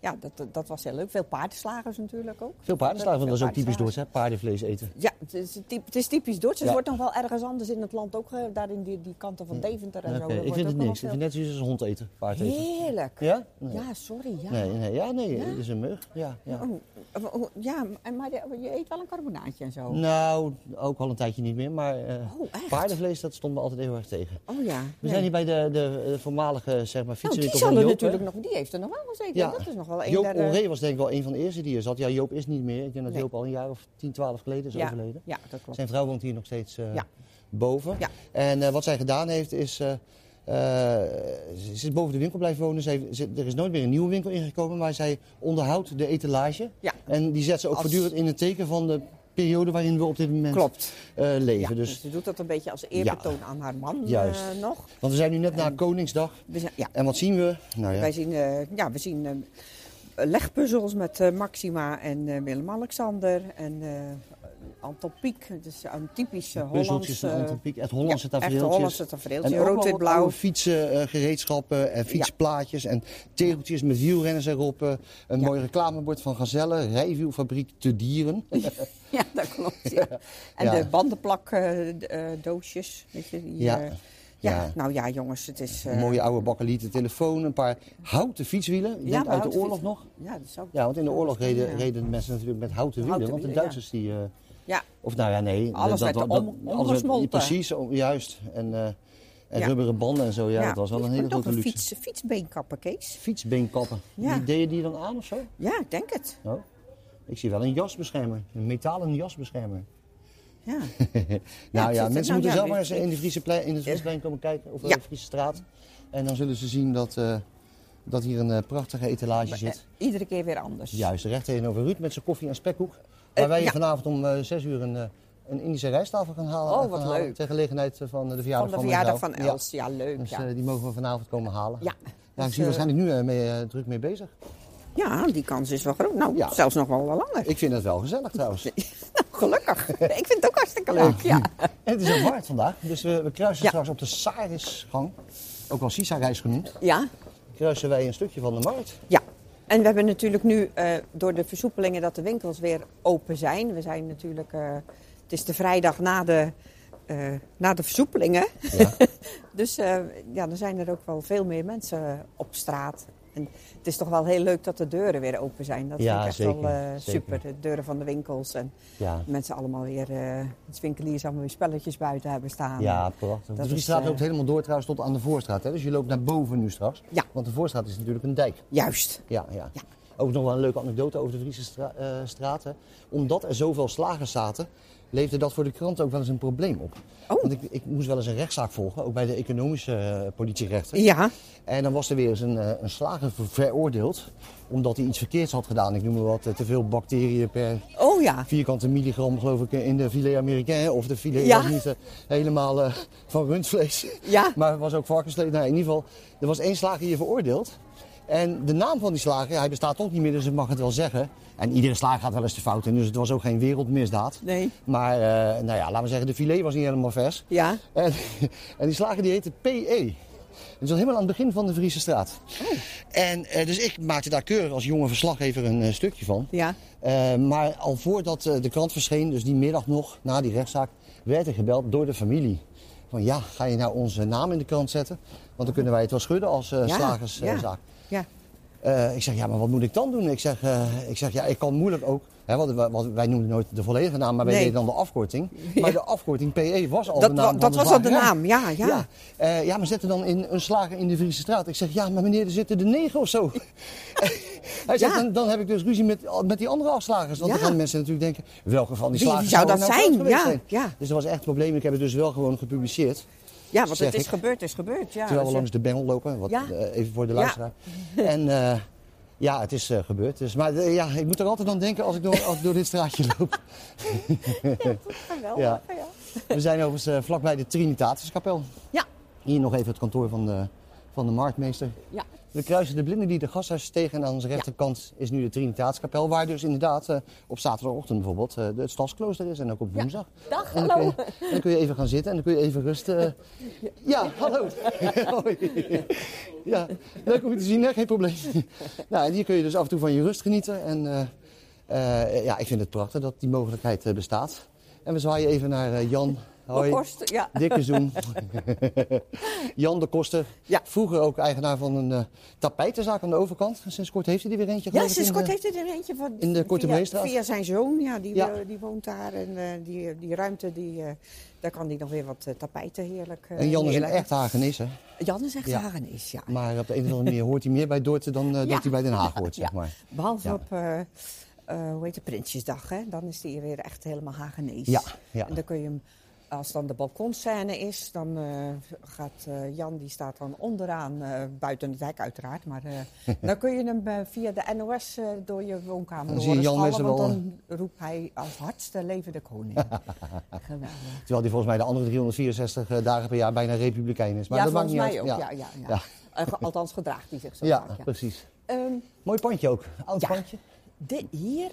Speaker 3: ja, dat, dat- dat was heel leuk. Veel paardenslagers natuurlijk ook.
Speaker 2: Veel paardenslagen, want dat is ook typisch
Speaker 3: door.
Speaker 2: Duits, hè? Paardenvlees eten.
Speaker 3: Ja, het is, typ- het is typisch Duits. Het
Speaker 2: Ja. Hm.
Speaker 3: wordt nog wel ergens anders in het land ook, eh, daar in die, die kanten van Deventer en
Speaker 2: Oké,
Speaker 3: zo. daar
Speaker 2: Ik
Speaker 3: wordt
Speaker 2: vind
Speaker 3: ook
Speaker 2: het
Speaker 3: nog
Speaker 2: niks. Ik
Speaker 3: wel
Speaker 2: vind het net zoals een hond eten, paard
Speaker 3: veel-
Speaker 2: eten.
Speaker 3: Heerlijk.
Speaker 2: Ja? Nee.
Speaker 3: Ja, sorry. Ja,
Speaker 2: Nee, nee, ja, nee, het is een mug. Ja, ja.
Speaker 3: Oh, oh, oh, ja en maar de- je eet wel een carbonaatje en zo.
Speaker 2: Nou, ook al een tijdje niet meer, maar eh,
Speaker 3: Oh, echt?
Speaker 2: paardenvlees dat stond me altijd heel erg tegen.
Speaker 3: Oh ja.
Speaker 2: We zijn hier bij de, de, eh, voormalige zeg maar,
Speaker 3: nou, die
Speaker 2: fietsenwinkel
Speaker 3: zal er
Speaker 2: van Joop,
Speaker 3: natuurlijk
Speaker 2: hè?
Speaker 3: nog, die heeft er nog wel gezeten. Dat is nog wel een
Speaker 2: Joop
Speaker 3: der, eh,
Speaker 2: Olré was denk ik wel een van de eerste die hier zat. Ja, Joop is niet meer. Ik denk dat
Speaker 3: Nee.
Speaker 2: Joop al een jaar of 10, 12 geleden is
Speaker 3: ja,
Speaker 2: overleden.
Speaker 3: Ja, dat klopt.
Speaker 2: Zijn vrouw woont hier nog steeds eh,
Speaker 3: Ja.
Speaker 2: boven.
Speaker 3: Ja.
Speaker 2: En eh, wat zij gedaan heeft is... eh, eh, ze is boven de winkel blijven wonen. Zij, ze- er is nooit meer een nieuwe winkel ingekomen, maar zij onderhoudt de etalage.
Speaker 3: Ja.
Speaker 2: En die zet ze ook
Speaker 3: Als-
Speaker 2: voortdurend in het teken van de periode waarin we op dit moment
Speaker 3: Klopt.
Speaker 2: eh, leven.
Speaker 3: Ja,
Speaker 2: dus,
Speaker 3: dus ze doet dat een beetje als eerbetoon aan haar man eh,
Speaker 2: Juist.
Speaker 3: nog.
Speaker 2: Want we zijn nu net na Koningsdag.
Speaker 3: We zijn, ja,
Speaker 2: En wat zien we? Nou ja,
Speaker 3: Wij zien, eh, ja, we zien eh, legpuzzels met eh, Maxima en eh, Willem-Alexander en eh, Anton Pieck. Dus een typisch eh,
Speaker 2: puzzeltjes
Speaker 3: Hollands...
Speaker 2: van
Speaker 3: eh,
Speaker 2: Anton Pieck. Echt Hollandse
Speaker 3: ja, echt
Speaker 2: tafereeltjes.
Speaker 3: Hollandse tafereeltjes.
Speaker 2: En ook
Speaker 3: Rood
Speaker 2: wel
Speaker 3: en
Speaker 2: wat
Speaker 3: blauw.
Speaker 2: oude fietsengereedschappen eh, en fietsplaatjes en tegeltjes met wielrenners erop. eh, een mooi reclamebord van Gazelle, rijwielfabriek te dieren.
Speaker 3: <laughs> Ja, dat klopt. Ja.
Speaker 2: <laughs>
Speaker 3: En
Speaker 2: Ja.
Speaker 3: de eh, bandenplakdoosjes. weet je, die,
Speaker 2: Ja.
Speaker 3: ja. ja.
Speaker 2: Ja.
Speaker 3: nou ja, jongens, het is... eh,
Speaker 2: Een mooie oude bakkelieten telefoon, een paar houten fietswielen. Ik
Speaker 3: ja,
Speaker 2: denk
Speaker 3: we
Speaker 2: uit de
Speaker 3: houden
Speaker 2: oorlog
Speaker 3: fietsen.
Speaker 2: nog.
Speaker 3: Ja, dat zou
Speaker 2: Ja, want in de oorlog reden,
Speaker 3: Ja.
Speaker 2: reden mensen natuurlijk met houten wielen.
Speaker 3: Houten
Speaker 2: want de
Speaker 3: wielen, ja.
Speaker 2: Duitsers die... eh,
Speaker 3: Ja,
Speaker 2: Of nou ja, nee.
Speaker 3: Alles werd om-
Speaker 2: alles
Speaker 3: omgesmolten.
Speaker 2: Precies, om- juist. En, eh en
Speaker 3: Ja.
Speaker 2: rubberen banden en zo. Ja,
Speaker 3: ja.
Speaker 2: dat was wel een
Speaker 3: Ik
Speaker 2: hele
Speaker 3: moet nog
Speaker 2: grote luxe.
Speaker 3: een fiets, fietsbeenkappen, Kees.
Speaker 2: Fietsbeenkappen.
Speaker 3: Ja.
Speaker 2: Die deed je die dan aan of zo?
Speaker 3: Ja, ik denk het.
Speaker 2: Nou, ik zie wel een jasbeschermer. Een metalen jasbeschermer. <laughs>
Speaker 3: Ja.
Speaker 2: nou ja, mensen
Speaker 3: zit- nou
Speaker 2: moeten
Speaker 3: ja,
Speaker 2: zelf
Speaker 3: ik-
Speaker 2: maar eens in de Friese plein, in het Friese
Speaker 3: Ja.
Speaker 2: plein komen kijken. Of
Speaker 3: Ja.
Speaker 2: in de Friese straat. En dan zullen ze zien dat, eh, dat hier een eh, prachtige etalage zit.
Speaker 3: Eh, Iedere keer weer anders.
Speaker 2: Juist, recht tegenover Ruud met zijn koffie en spekhoek. Waar wij
Speaker 3: Eh, ja.
Speaker 2: vanavond om eh, zes uur een, eh, een Indische rijsttafel gaan halen.
Speaker 3: Oh,
Speaker 2: gaan
Speaker 3: wat
Speaker 2: halen
Speaker 3: leuk.
Speaker 2: Ter gelegenheid eh, van de
Speaker 3: Van
Speaker 2: verjaardag
Speaker 3: de
Speaker 2: van,
Speaker 3: verjaardag
Speaker 2: mijn
Speaker 3: van
Speaker 2: vrouw.
Speaker 3: Els. Ja, leuk.
Speaker 2: Dus
Speaker 3: ja.
Speaker 2: eh, die mogen we vanavond komen halen.
Speaker 3: Ja.
Speaker 2: Ja, ik
Speaker 3: Dus,
Speaker 2: zie
Speaker 3: eh,
Speaker 2: waarschijnlijk nu eh, mee, eh, druk mee bezig.
Speaker 3: Ja, die kans is wel groot. Nou,
Speaker 2: Ja.
Speaker 3: zelfs nog wel langer. <laughs>
Speaker 2: Ik vind het wel gezellig trouwens.
Speaker 3: Nou, gelukkig. ik vind het ook hartstikke leuk.
Speaker 2: <laughs>
Speaker 3: Ja.
Speaker 2: En het is ook markt vandaag, dus we, we kruisen
Speaker 3: Ja.
Speaker 2: straks op de Sarisgang, ook wel Sisa-reis genoemd,
Speaker 3: ja.
Speaker 2: kruisen wij een stukje van de markt.
Speaker 3: Ja. En we hebben natuurlijk nu, eh, door de versoepelingen dat de winkels weer open zijn. We zijn natuurlijk, eh, het is de vrijdag na de, eh, na de <laughs> versoepelingen.
Speaker 2: Ja.
Speaker 3: dus eh, ja, dan zijn er ook wel veel meer mensen op straat. En En het is toch wel heel leuk dat de deuren weer open zijn. Dat
Speaker 2: Ja,
Speaker 3: vind ik echt
Speaker 2: zeker,
Speaker 3: wel eh,
Speaker 2: zeker.
Speaker 3: super. De deuren van de winkels en
Speaker 2: Ja,
Speaker 3: mensen allemaal weer, eh het winkeliers allemaal weer spelletjes buiten hebben staan.
Speaker 2: ja prachtig.
Speaker 3: dat
Speaker 2: Dus die
Speaker 3: is,
Speaker 2: straat
Speaker 3: eh,
Speaker 2: loopt helemaal door trouwens tot aan de voorstraat. Hè? Dus je loopt naar boven nu straks.
Speaker 3: Ja.
Speaker 2: Want de voorstraat is natuurlijk een dijk.
Speaker 3: Juist.
Speaker 2: Ja, ja.
Speaker 3: Ja.
Speaker 2: Ook nog wel een leuke anekdote over de Friese stra- eh, straten. Omdat er zoveel slagers zaten, leefde dat voor de krant ook wel eens een probleem op.
Speaker 3: Oh.
Speaker 2: Want ik, ik moest wel eens een rechtszaak volgen, ook bij de economische eh, politierechter.
Speaker 3: Ja,
Speaker 2: En dan was er weer eens een, eh, een slager ver- veroordeeld, omdat hij iets verkeerds had gedaan. Ik noem maar wat, eh, te veel bacteriën per
Speaker 3: oh ja.
Speaker 2: vierkante milligram, geloof ik, eh, in de filet américain. Of de filet
Speaker 3: Ja.
Speaker 2: was niet eh, helemaal eh, van rundvlees.
Speaker 3: Ja.
Speaker 2: <laughs> Maar het was ook varkensvlees. Nou, in ieder geval, er was één slager hier veroordeeld. En de naam van die slager, hij bestaat toch niet meer, dus ik mag het wel zeggen. En iedere slager gaat wel eens de fout in, dus het was ook geen wereldmisdaad.
Speaker 3: Nee.
Speaker 2: Maar, eh, nou ja, laten we zeggen, de filet was niet helemaal vers.
Speaker 3: Ja.
Speaker 2: En, <laughs> en die slager die heette E. PE. Dat is al helemaal aan het begin van de Friese straat.
Speaker 3: Oh.
Speaker 2: En eh, dus ik maakte daar keurig als jonge verslaggever een eh, stukje van.
Speaker 3: Ja.
Speaker 2: Eh, maar al voordat eh, de krant verscheen, dus die middag nog, na die rechtszaak, werd er gebeld door de familie. Van ja, ga je nou onze naam in de krant zetten? Want dan kunnen wij het wel schudden als eh
Speaker 3: Ja,
Speaker 2: slagerszaak.
Speaker 3: ja. Ja.
Speaker 2: Eh, ik zeg, ja, maar wat moet ik dan doen? Ik zeg, eh, ik, zeg ja, ik kan moeilijk ook... Hè, want, we- want wij noemden nooit de volledige naam, maar wij
Speaker 3: Nee.
Speaker 2: deden dan de afkorting. Maar de afkorting PE was al
Speaker 3: Dat,
Speaker 2: de
Speaker 3: wa-
Speaker 2: naam van
Speaker 3: dat was al de
Speaker 2: slagerij.
Speaker 3: naam, ja, ja.
Speaker 2: Ja, Eh, ja maar zet er dan in een slager in de Friese straat. Ik zeg, ja, maar meneer, er zitten er negen of
Speaker 3: <laughs>
Speaker 2: zo. Hij zegt,
Speaker 3: Ja.
Speaker 2: dan, dan heb ik dus ruzie met, met die andere afslagers. Want
Speaker 3: Ja.
Speaker 2: dan gaan mensen natuurlijk denken, welke van die
Speaker 3: Wie-
Speaker 2: slagers
Speaker 3: wie zou
Speaker 2: er
Speaker 3: dat
Speaker 2: nou
Speaker 3: zijn?
Speaker 2: groot geweest
Speaker 3: Ja, ja.
Speaker 2: Dus dat was echt een probleem. Ik heb het dus wel gewoon gepubliceerd.
Speaker 3: Ja, want
Speaker 2: Zeg
Speaker 3: het is
Speaker 2: ik.
Speaker 3: gebeurd, is gebeurd. Ja,
Speaker 2: terwijl we
Speaker 3: Dus,
Speaker 2: langs de bengel lopen, wat,
Speaker 3: Ja.
Speaker 2: eh, even voor de
Speaker 3: Ja. <laughs>
Speaker 2: luisteraar. En eh, ja, het is eh, gebeurd. Dus, maar eh, ja, ik moet er altijd aan denken als ik door, als ik door dit straatje <laughs> loop.
Speaker 3: Geweldig,
Speaker 2: Ja.
Speaker 3: Ah, ja.
Speaker 2: We zijn overigens eh, vlakbij de Trinitatiskapel.
Speaker 3: Ja.
Speaker 2: Hier nog even het kantoor van de, van de marktmeester.
Speaker 3: Ja.
Speaker 2: We kruisen de blinden die de gasthuis tegen en aan onze rechterkant is nu de Trinitaatskapel. Waar dus inderdaad eh, op zaterdagochtend bijvoorbeeld eh, het Stadsklooster is en ook op woensdag.
Speaker 4: dag,
Speaker 2: en dan
Speaker 4: hallo.
Speaker 2: Kun je, en dan kun je even gaan zitten en dan kun je even rusten. eh. Ja, hallo. Hoi. ja, leuk om je te zien, hè? geen probleem. nou, en hier kun je dus af en toe van je rust genieten. En eh, eh, ja, ik vind het prachtig dat die mogelijkheid eh, bestaat. En we zwaaien even naar eh, Jan. Hoi.
Speaker 3: Kost, ja.
Speaker 2: Dikke zoen. <laughs> Jan de Koster.
Speaker 3: Ja.
Speaker 2: Vroeger ook eigenaar van een eh, tapijtenzaak aan de overkant. Sinds kort heeft hij er weer eentje.
Speaker 3: Ja,
Speaker 2: geloof ik,
Speaker 3: sinds
Speaker 2: in,
Speaker 3: kort
Speaker 2: eh,
Speaker 3: heeft hij er eentje van.
Speaker 2: in de Korte
Speaker 3: via,
Speaker 2: Breestraat.
Speaker 3: via zijn zoon, ja, die,
Speaker 2: Ja.
Speaker 3: eh, die woont daar. En eh, die, die ruimte, die, eh, daar kan hij nog weer wat eh, tapijten heerlijk eh,
Speaker 2: En Jan is een
Speaker 3: neerleggen.
Speaker 2: echt Hagenis, hè?
Speaker 3: Jan is echt
Speaker 2: Ja.
Speaker 3: Hagenees, ja.
Speaker 2: Maar op de een of andere manier hoort hij meer bij Dordt dan eh, dat hij bij Den Haag hoort, zeg maar.
Speaker 3: Behalve
Speaker 2: Ja.
Speaker 3: op, eh, eh, hoe heet het, Prinsjesdag, hè? Dan is die weer echt helemaal Hagenees.
Speaker 2: Ja, ja.
Speaker 3: En dan kun je hem, als dan de balkonscène is, dan eh, gaat eh, Jan, die staat dan onderaan, eh, buiten het hek uiteraard. Maar
Speaker 2: <laughs>
Speaker 3: eh, dan kun je hem eh, via de NOS eh, door je woonkamer
Speaker 2: Dan zie je
Speaker 3: horen
Speaker 2: Jan mensen
Speaker 3: schallen, want
Speaker 2: wel, eh,
Speaker 3: dan roept hij als hardste leven de
Speaker 2: <laughs>
Speaker 3: koning. Geweldig.
Speaker 2: Terwijl hij volgens mij de andere 364 eh, dagen per jaar bijna republikein is. Maar
Speaker 3: ja,
Speaker 2: dat maakt
Speaker 3: volgens
Speaker 2: niet
Speaker 3: mij ook,
Speaker 2: uit.
Speaker 3: ja. Ja, ja,
Speaker 2: Ja.
Speaker 3: Eh, ge- althans gedraagt hij zich zo
Speaker 2: Ja,
Speaker 3: vaak, ja.
Speaker 2: precies.
Speaker 3: Ehm,
Speaker 2: Mooi pandje ook. Oud
Speaker 3: Ja.
Speaker 2: pandje.
Speaker 3: dit, hier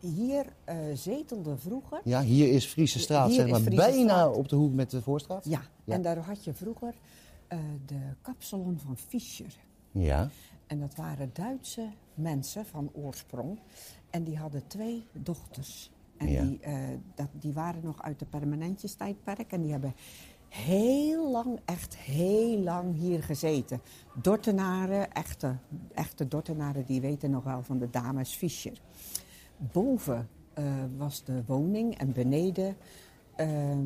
Speaker 3: hier eh, zetelde vroeger
Speaker 2: Ja, hier is Friese straat,
Speaker 3: Hier
Speaker 2: zeg
Speaker 3: is
Speaker 2: maar.
Speaker 3: Friese
Speaker 2: bijna
Speaker 3: Straat.
Speaker 2: op de hoek met de voorstraat.
Speaker 3: Ja,
Speaker 2: Ja.
Speaker 3: en daar had je vroeger eh, de kapsalon van Fischer.
Speaker 2: Ja.
Speaker 3: En dat waren Duitse mensen van oorsprong. En die hadden twee dochters. En
Speaker 2: Ja.
Speaker 3: die, eh, dat, die waren nog uit de permanentjestijdperk. En die hebben heel lang, echt heel lang hier gezeten. Dortenaren, echte, echte Dortenaren, die weten nog wel van de dames Fischer. Boven eh, was de woning en beneden ehm,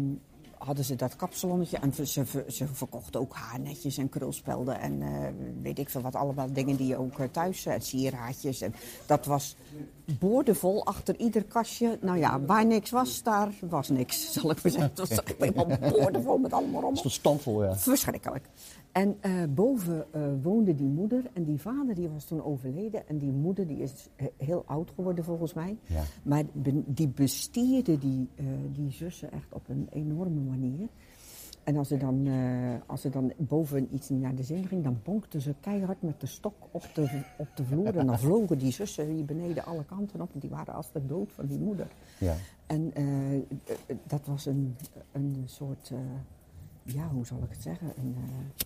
Speaker 3: hadden ze dat kapsalonnetje. En ze, ze, ze verkochten ook haarnetjes en krulspelden en eh, weet ik veel wat. Allemaal dingen die je ook eh, thuis... eh, En sieraadjes. En dat was boordevol achter ieder kastje. Nou ja, waar niks was, daar was niks, zal ik maar zeggen. Het was echt helemaal boordevol met allemaal rommel.
Speaker 2: Stond stampvol, ja.
Speaker 3: Verschrikkelijk. En eh, boven eh, woonde die moeder. En die vader die was toen overleden. En die moeder die is eh, heel oud geworden volgens mij.
Speaker 2: Ja.
Speaker 3: Maar be- die bestierde die, eh, die zussen echt op een enorme manier. En als er, dan, eh, als er dan boven iets niet naar de zin ging, dan bonkten ze keihard met de stok op de, op de vloer. En dan vlogen die zussen hier beneden alle kanten op. En die waren als de dood van die moeder.
Speaker 2: Ja.
Speaker 3: En eh, eh, eh, dat was een, een soort, eh, ja, hoe zal ik het zeggen? Een, eh,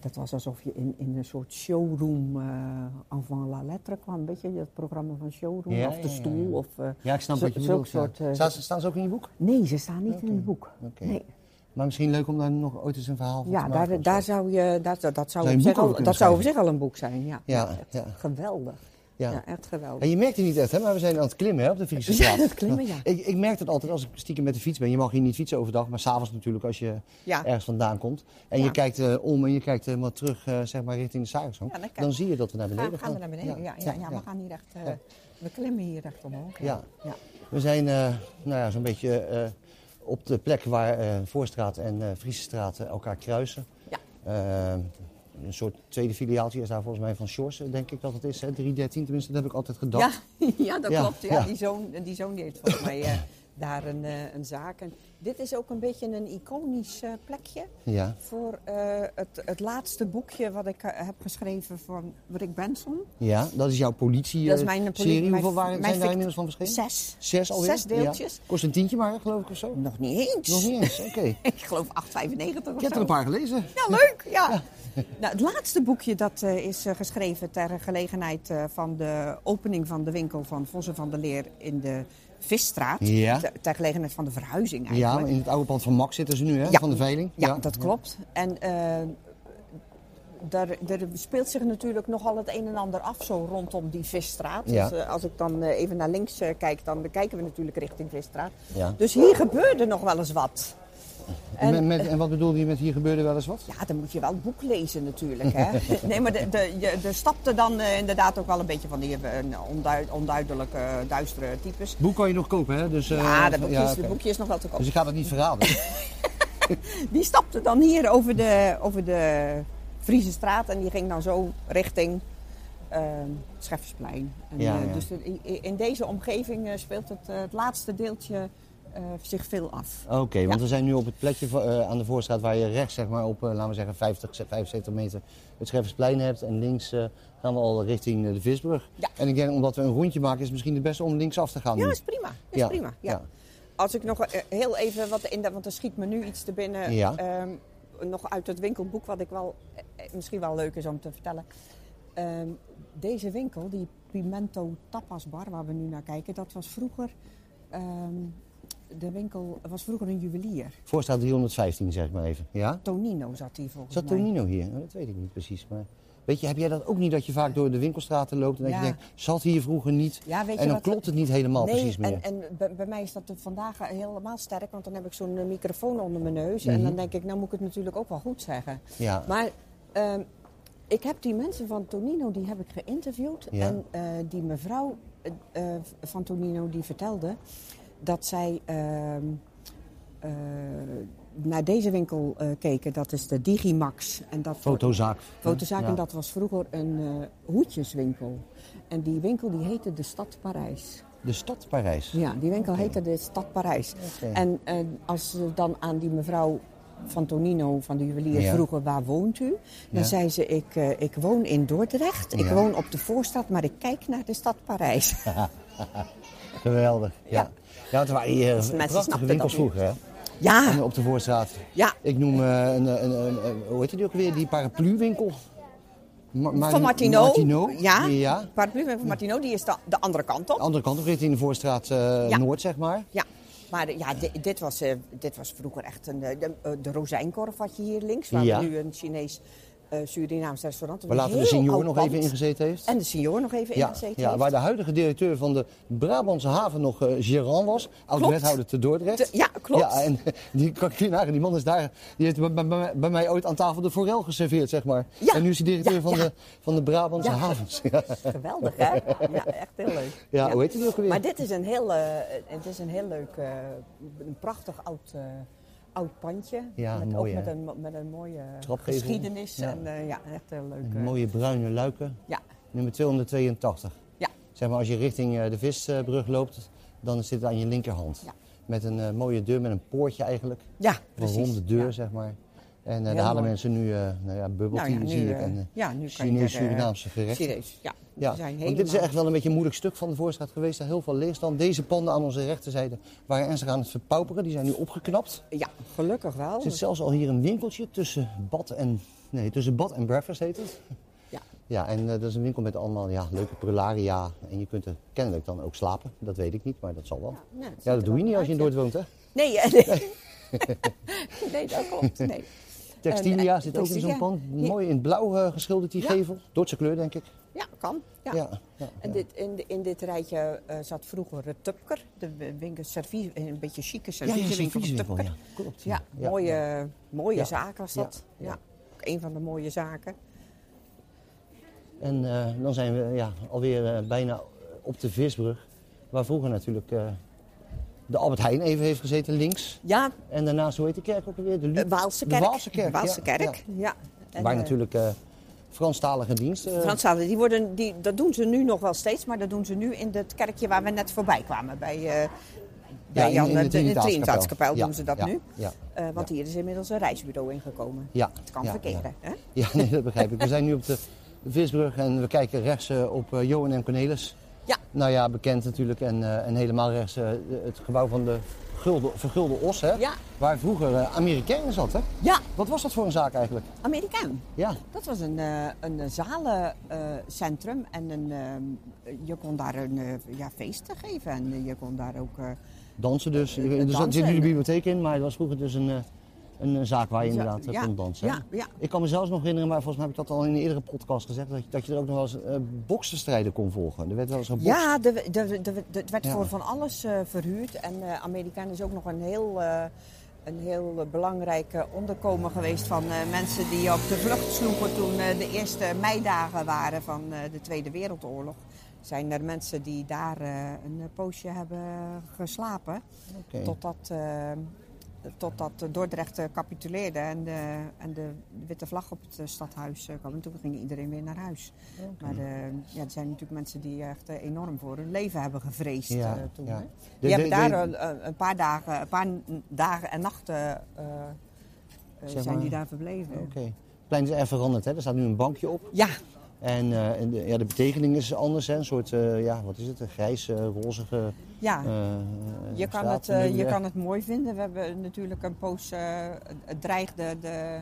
Speaker 3: dat was alsof je in, in een soort showroom eh avant la lettre kwam, weet je, dat programma van showroom
Speaker 2: Ja,
Speaker 3: of de
Speaker 2: ja, ja, ja.
Speaker 3: stoel of. eh,
Speaker 2: Ja, ik snap
Speaker 3: zo-
Speaker 2: wat je
Speaker 3: zulk
Speaker 2: bedoelt. ja.
Speaker 3: soort, eh,
Speaker 2: staan, ze, staan ze ook in je boek?
Speaker 3: Nee, ze staan niet in het boek.
Speaker 2: Oké.
Speaker 3: Nee.
Speaker 2: Maar misschien leuk om daar nog ooit eens een verhaal van
Speaker 3: Ja,
Speaker 2: te maken.
Speaker 3: daar,
Speaker 2: of
Speaker 3: daar
Speaker 2: zo.
Speaker 3: zou je, daar, dat, dat
Speaker 2: Zou
Speaker 3: zou,
Speaker 2: je
Speaker 3: op
Speaker 2: een
Speaker 3: zich
Speaker 2: boek over
Speaker 3: al,
Speaker 2: kunnen
Speaker 3: dat zou op
Speaker 2: schrijven?
Speaker 3: zich al een boek zijn. Ja,
Speaker 2: Ja,
Speaker 3: Echt
Speaker 2: ja.
Speaker 3: geweldig.
Speaker 2: Ja.
Speaker 3: Ja. echt geweldig.
Speaker 2: En je merkt het niet echt, hè? maar we zijn aan het klimmen hè, op de Friese
Speaker 3: Ja,
Speaker 2: straat.
Speaker 3: aan het klimmen, ja.
Speaker 2: Ik, ik merk het altijd als ik stiekem met de fiets ben. Je mag hier niet fietsen overdag, maar s'avonds natuurlijk als je
Speaker 3: Ja.
Speaker 2: ergens vandaan komt. En je
Speaker 3: Ja.
Speaker 2: kijkt eh, om en je kijkt helemaal terug eh, zeg maar, richting de Sarishoek.
Speaker 3: Ja, dan kijk-
Speaker 2: dan zie je dat we naar beneden gaan.
Speaker 3: gaan, gaan we naar beneden? Ja, ja, ja, we gaan hier echt, eh,
Speaker 2: Ja.
Speaker 3: we klimmen hier echt omhoog.
Speaker 2: Ja.
Speaker 3: ja.
Speaker 2: We zijn eh, nou ja, zo'n beetje eh, op de plek waar eh, Voorstraat en eh Friese Straat eh, elkaar kruisen.
Speaker 3: Ja.
Speaker 2: Eh, een soort tweede filiaaltje is daar volgens mij van Shores, eh, denk ik dat het is. Hè? 313, tenminste, dat heb ik altijd gedacht.
Speaker 3: Ja, <laughs> ja dat
Speaker 2: Ja,
Speaker 3: klopt. Ja,
Speaker 2: ja.
Speaker 3: Die, zoon, die zoon die heeft volgens mij eh, daar een, eh, een zaak. En dit is ook een beetje een iconisch eh, plekje
Speaker 2: Ja.
Speaker 3: voor eh, het, het laatste boekje wat ik eh, heb geschreven van Rick Benson.
Speaker 2: Ja, dat is jouw politie-serie.
Speaker 3: Dat is mijn politie- mijn-
Speaker 2: Hoeveel waren,
Speaker 3: mijn
Speaker 2: zijn daar
Speaker 3: fict-
Speaker 2: inmiddels van verschenen?
Speaker 3: Zes.
Speaker 2: Zes alweer?
Speaker 3: Zes deeltjes. Nou,
Speaker 2: Ja. Kost een tientje maar, geloof ik, of zo?
Speaker 3: Nog niet eens.
Speaker 2: Nog niet eens, oké.
Speaker 3: <laughs> Ik geloof 8,95 of
Speaker 2: Ik heb
Speaker 3: zo.
Speaker 2: er een paar gelezen.
Speaker 3: Ja, leuk. Ja. Nou, het laatste boekje dat eh, is eh, geschreven ter gelegenheid eh, van de opening van de winkel van Vossen van der Leer in de Visstraat.
Speaker 2: Ja.
Speaker 3: Ter, ter gelegenheid van de verhuizing eigenlijk.
Speaker 2: Ja, maar in het oude pand van Max zitten ze nu, hè?
Speaker 3: Ja.
Speaker 2: Van de veiling.
Speaker 3: Ja, dat klopt. En eh, daar, daar speelt zich natuurlijk nogal het een en ander af zo rondom die Visstraat.
Speaker 2: Ja.
Speaker 3: Dus, eh, als ik dan eh, even naar links eh, kijk, dan kijken we natuurlijk richting Visstraat.
Speaker 2: Ja.
Speaker 3: Dus hier gebeurde nog wel eens wat.
Speaker 2: En, met, met- en wat bedoelde je met hier gebeurde wel eens wat?
Speaker 3: Ja, dan moet je wel het boek lezen natuurlijk.
Speaker 2: <laughs>
Speaker 3: Hè? nee, maar de, de, je- er stapte dan eh, inderdaad ook wel een beetje van die eh, onduid- onduidelijke, eh, duistere types.
Speaker 2: Boek kan je nog kopen, hè? Dus, eh,
Speaker 3: ja, dat boekje, is,
Speaker 2: oké.
Speaker 3: dat boekje is nog wel te koop.
Speaker 2: Dus ik ga dat niet verraden.
Speaker 3: Die stapte dan hier over de, over de Friese straat en die ging dan zo richting ehm Scheffersplein. En,
Speaker 2: Ja,
Speaker 3: eh,
Speaker 2: ja.
Speaker 3: Dus de- i- i- in deze omgeving eh, speelt het, eh, het laatste deeltje eh, zich veel af.
Speaker 2: Oké, want we zijn nu op het plekje van, eh, aan de voorstraat waar je rechts, zeg maar, op, eh, laten we zeggen, 50, ze- 75 meter het Scheffersplein hebt. En links eh, gaan we al richting eh, de Visbrug.
Speaker 3: Ja.
Speaker 2: En ik denk, omdat we een rondje maken, is het misschien het beste om links af te gaan.
Speaker 3: Ja,
Speaker 2: nu.
Speaker 3: is prima. Is
Speaker 2: Mm. Ja,
Speaker 3: prima ja.
Speaker 2: ja.
Speaker 3: Als ik nog eh, heel even wat in, de- want er schiet me nu iets te binnen.
Speaker 2: Ja.
Speaker 3: ehm, nog uit het winkelboek, wat ik wel eh, eh, misschien wel leuk is om te vertellen. Ehm, deze winkel, die Pimento Tapas Bar, waar we nu naar kijken, dat was vroeger. ehm, de winkel was vroeger een juwelier.
Speaker 2: Voorstraat 315, zeg maar even. Ja?
Speaker 3: Tonino zat hier volgens
Speaker 2: Zat
Speaker 3: mij.
Speaker 2: Tonino hier? Nou, dat weet ik niet precies. Maar weet je, heb jij dat ook niet dat je vaak door de winkelstraten loopt en dat
Speaker 3: Ja.
Speaker 2: je denkt, zat hier vroeger niet?
Speaker 3: Ja, weet je
Speaker 2: en dan
Speaker 3: wat-
Speaker 2: klopt het niet helemaal
Speaker 3: nee,
Speaker 2: precies meer.
Speaker 3: en, en bij, bij mij is dat vandaag eh, helemaal sterk, want dan heb ik zo'n eh, microfoon onder mijn neus. En dan denk ik, nou moet ik het natuurlijk ook wel goed zeggen.
Speaker 2: Mhm. Ja.
Speaker 3: Maar ehm, ik heb die mensen van Tonino, die heb ik geïnterviewd.
Speaker 2: Ja.
Speaker 3: En eh, die mevrouw eh, eh, van Tonino, die vertelde dat zij ehm, eh, naar deze winkel eh, keken. Dat is de Digimax. En dat
Speaker 2: Fotozaak.
Speaker 3: Fotozaak,
Speaker 2: Ja.
Speaker 3: en dat was vroeger een eh, hoedjeswinkel. En die winkel die heette de Stad Parijs.
Speaker 2: De stad Parijs.
Speaker 3: Ja, die winkel heette de Stad Parijs.
Speaker 2: Oké.
Speaker 3: En eh, als ze dan aan die mevrouw van Tonino, van de juwelier,
Speaker 2: Ja.
Speaker 3: vroegen waar woont u? Dan
Speaker 2: Ja.
Speaker 3: zei ze, ik, eh, ik woon in Dordrecht, ik
Speaker 2: Ja.
Speaker 3: woon op de voorstad, maar ik kijk naar de stad Parijs.
Speaker 2: Geweldig. Ja.
Speaker 3: Ja.
Speaker 2: Ja, want er waren hier
Speaker 3: mensen
Speaker 2: prachtige
Speaker 3: snapten
Speaker 2: winkels
Speaker 3: dat niet.
Speaker 2: vroeger, hè? En eh,
Speaker 3: ja,
Speaker 2: op de voorstraat.
Speaker 3: Ja.
Speaker 2: Ik noem eh, een, een, een, een- hoe heet die ook weer? Die paraplu-winkel. Ma- Ma-
Speaker 3: van Martino.
Speaker 2: Martino.
Speaker 3: Ja,
Speaker 2: ja. Oh.
Speaker 3: Paraplu van Martino, die is de, de andere kant op.
Speaker 2: Andere kant op richting de voorstraat eh,
Speaker 3: Ja.
Speaker 2: Noord, zeg maar.
Speaker 3: Ja, maar eh, ja, di- dit, was, eh, dit was vroeger echt een, eh, de, eh, de rozijnkorf had je hier links, waar
Speaker 2: Ja.
Speaker 3: we nu een Chinees eh Surinaams restaurant
Speaker 2: Waar later de senior nog even in gezeten heeft.
Speaker 3: En de senior nog even
Speaker 2: ja,
Speaker 3: ingezeten
Speaker 2: ja,
Speaker 3: heeft.
Speaker 2: waar de huidige directeur van de Brabantse haven nog eh Gerand was. Oud-wethouder te Dordrecht.
Speaker 3: De- ja, klopt.
Speaker 2: Ja, en <laughs> die kan ik niet nagaan. Die man is daar, die heeft bij, bij- bij- bij mij ooit aan tafel de forel geserveerd, zeg maar.
Speaker 3: Ja.
Speaker 2: En nu is hij directeur
Speaker 3: Ja,
Speaker 2: van,
Speaker 3: ja.
Speaker 2: De, van de Brabantse
Speaker 3: Ja.
Speaker 2: havens. <laughs> Ja.
Speaker 3: Geweldig, hè? Ja, echt heel leuk.
Speaker 2: Ja, hoe heet die ook alweer?
Speaker 3: Maar dit is een heel, eh, het is een heel leuk, eh, een prachtig oud, eh, oud pandje.
Speaker 2: Ja,
Speaker 3: met,
Speaker 2: mooi,
Speaker 3: ook met
Speaker 2: hè?
Speaker 3: een, mo- met een mooie
Speaker 2: Trapgevel.
Speaker 3: geschiedenis.
Speaker 2: Ja.
Speaker 3: En eh, ja, echt heel leuk. eh.
Speaker 2: Mooie bruine luiken.
Speaker 3: Ja,
Speaker 2: Nummer 282.
Speaker 3: ja,
Speaker 2: Zeg maar, als je richting eh, de Visbrug loopt, dan zit het aan je linkerhand.
Speaker 3: Ja.
Speaker 2: Met een eh, mooie deur, met een poortje eigenlijk.
Speaker 3: ja,
Speaker 2: Een
Speaker 3: precies.
Speaker 2: ronde deur,
Speaker 3: Ja.
Speaker 2: zeg maar. En eh, daar
Speaker 3: Heel
Speaker 2: halen
Speaker 3: mooi.
Speaker 2: mensen nu eh nou ja, bubbeltje,
Speaker 3: Nou ja,
Speaker 2: zie
Speaker 3: nu,
Speaker 2: ik.
Speaker 3: eh,
Speaker 2: En, eh,
Speaker 3: ja, nu kan je er, eh,
Speaker 2: Chinees-Surinaamse gerechten.
Speaker 3: Serieus, ja.
Speaker 2: Ja,
Speaker 3: We zijn
Speaker 2: want dit is
Speaker 3: helemaal-
Speaker 2: echt wel een beetje een moeilijk stuk van de voorstraat geweest. Daar heel veel leegstand. Deze panden aan onze rechterzijde waren ernstig aan het verpauperen. Die zijn nu opgeknapt.
Speaker 3: Ja, gelukkig wel. dus
Speaker 2: Er zit zelfs al hier een winkeltje tussen bad en... Nee, tussen bad en breakfast heet het.
Speaker 3: Ja.
Speaker 2: Ja, en eh, dat is een winkel met allemaal ja, leuke prularia. En je kunt er kennelijk dan ook slapen. Dat weet ik niet, maar dat zal wel.
Speaker 3: nou, het
Speaker 2: Ja,
Speaker 3: ziet
Speaker 2: dat
Speaker 3: er
Speaker 2: doe je
Speaker 3: wel
Speaker 2: niet als je in
Speaker 3: uit,
Speaker 2: Noord woont, hè?
Speaker 3: Nee, eh, <laughs> nee. nee, dat klopt. Nee.
Speaker 2: Textilia
Speaker 3: En, eh,
Speaker 2: zit ook in zo'n
Speaker 3: Textilia.
Speaker 2: pand.
Speaker 3: Ja.
Speaker 2: Mooi in het blauw eh, geschilderd die
Speaker 3: Ja.
Speaker 2: gevel. Duitse kleur denk ik.
Speaker 3: Ja, kan. Ja.
Speaker 2: Ja. ja, ja.
Speaker 3: En dit, in, de- in dit rijtje eh, zat vroeger het Tupker, de w- winkel, servie, een beetje chique
Speaker 2: Ja, ja,
Speaker 3: servieswinkel van
Speaker 2: servieswinkel,
Speaker 3: Tupker.
Speaker 2: ja.
Speaker 3: Ja,
Speaker 2: Klopt.
Speaker 3: mooie, mooie
Speaker 2: Ja.
Speaker 3: zaak was
Speaker 2: Ja.
Speaker 3: dat. Ja.
Speaker 2: Ja.
Speaker 3: Ook een van de mooie zaken.
Speaker 2: En eh, dan zijn we ja, alweer eh, bijna op de Visbrug. Waar vroeger natuurlijk eh, de Albert Heijn even heeft gezeten, links.
Speaker 3: Ja,
Speaker 2: En daarnaast, hoe heet de kerk ook alweer? De Lu-
Speaker 3: eh, Waalse
Speaker 2: De
Speaker 3: kerk.
Speaker 2: Waalse kerk,
Speaker 3: Waalse
Speaker 2: ja,
Speaker 3: kerk,
Speaker 2: ja.
Speaker 3: ja. En,
Speaker 2: Waar
Speaker 3: eh,
Speaker 2: natuurlijk eh, Franstalige diensten. eh,
Speaker 3: Franstaligen, die worden, die, dat doen ze nu nog wel steeds, maar dat doen ze nu in het kerkje waar we net voorbij kwamen. Bij, eh bij
Speaker 2: in-
Speaker 3: Jan,
Speaker 2: in de
Speaker 3: de- de- de
Speaker 2: Trinitaatskapel.
Speaker 3: Trinitaatskapel
Speaker 2: Ja,
Speaker 3: doen ze dat
Speaker 2: ja,
Speaker 3: nu.
Speaker 2: ja,
Speaker 3: Eh, want
Speaker 2: ja.
Speaker 3: hier is inmiddels een reisbureau ingekomen.
Speaker 2: Ja,
Speaker 3: Het kan
Speaker 2: ja,
Speaker 3: verkeren.
Speaker 2: ja.
Speaker 3: Hè?
Speaker 2: Ja, nee, dat begrijp ik. We zijn nu op de Visbrug en we kijken rechts eh, op eh, Johan en Cornelis.
Speaker 3: Ja.
Speaker 2: Nou ja, bekend natuurlijk. En, eh, en helemaal rechts eh, de- het gebouw van de Gulden, Vergulde Os, hè?
Speaker 3: Ja.
Speaker 2: Waar vroeger eh Amerikanen zat, hè?
Speaker 3: ja,
Speaker 2: Wat was dat voor een zaak eigenlijk?
Speaker 3: Amerikaan.
Speaker 2: Ja.
Speaker 3: Dat was een, eh, een zalencentrum en een, eh, je kon daar een eh, ja, feesten geven en eh, je kon daar ook... eh,
Speaker 2: Dansen dus.
Speaker 3: Eh,
Speaker 2: er
Speaker 3: dansen
Speaker 2: zat- zit nu de
Speaker 3: en-
Speaker 2: bibliotheek in, maar het was vroeger dus een, eh, een eh, zaak waar je
Speaker 3: Ja,
Speaker 2: inderdaad
Speaker 3: ja,
Speaker 2: ja, kon dansen. hè?
Speaker 3: ja, ja.
Speaker 2: Ik kan me zelfs nog herinneren, maar volgens mij heb ik dat al in een eerdere podcast gezegd, dat je, dat je er ook nog wel eens eh, boksenstrijden kon volgen. Er werd wel eens gebokst.
Speaker 3: Ja, de- de- de- de- het werd
Speaker 2: Ja.
Speaker 3: voor van alles eh, verhuurd. En eh Amerikaan is ook nog een heel, eh, een heel eh, belangrijk eh, onderkomen geweest van eh, mensen die op de vlucht sloegen toen eh, de eerste meidagen waren van eh, de Tweede Wereldoorlog. Zijn er mensen die daar eh, een eh, poosje hebben eh, geslapen.
Speaker 2: Oké.
Speaker 3: Totdat, eh, totdat Dordrecht eh, capituleerde en de, en de witte vlag op het eh, stadhuis eh, kwam. En toen ging iedereen weer naar huis. Maar eh, ja, er zijn natuurlijk mensen die echt eh, enorm voor hun leven hebben gevreesd
Speaker 2: Ja,
Speaker 3: eh, toen.
Speaker 2: ja.
Speaker 3: hè.
Speaker 2: De-
Speaker 3: Die
Speaker 2: de-
Speaker 3: hebben
Speaker 2: de-
Speaker 3: daar eh, een, paar dagen, een paar n- dagen en nachten eh, eh,
Speaker 2: Zeg
Speaker 3: zijn die
Speaker 2: maar.
Speaker 3: daar verbleven.
Speaker 2: Oké. Het plein is erg veranderd, hè? Er staat nu een bankje op.
Speaker 3: Ja,
Speaker 2: En, eh, en de, ja, de betekening is anders, hè? Een soort, eh, ja, wat is het? Een grijs, eh, rozige
Speaker 3: ja.
Speaker 2: eh,
Speaker 3: Ah. Je kan,
Speaker 2: straat.
Speaker 3: het, eh, je
Speaker 2: Ja.
Speaker 3: kan het mooi vinden. We hebben natuurlijk een poos. eh, het dreigde de,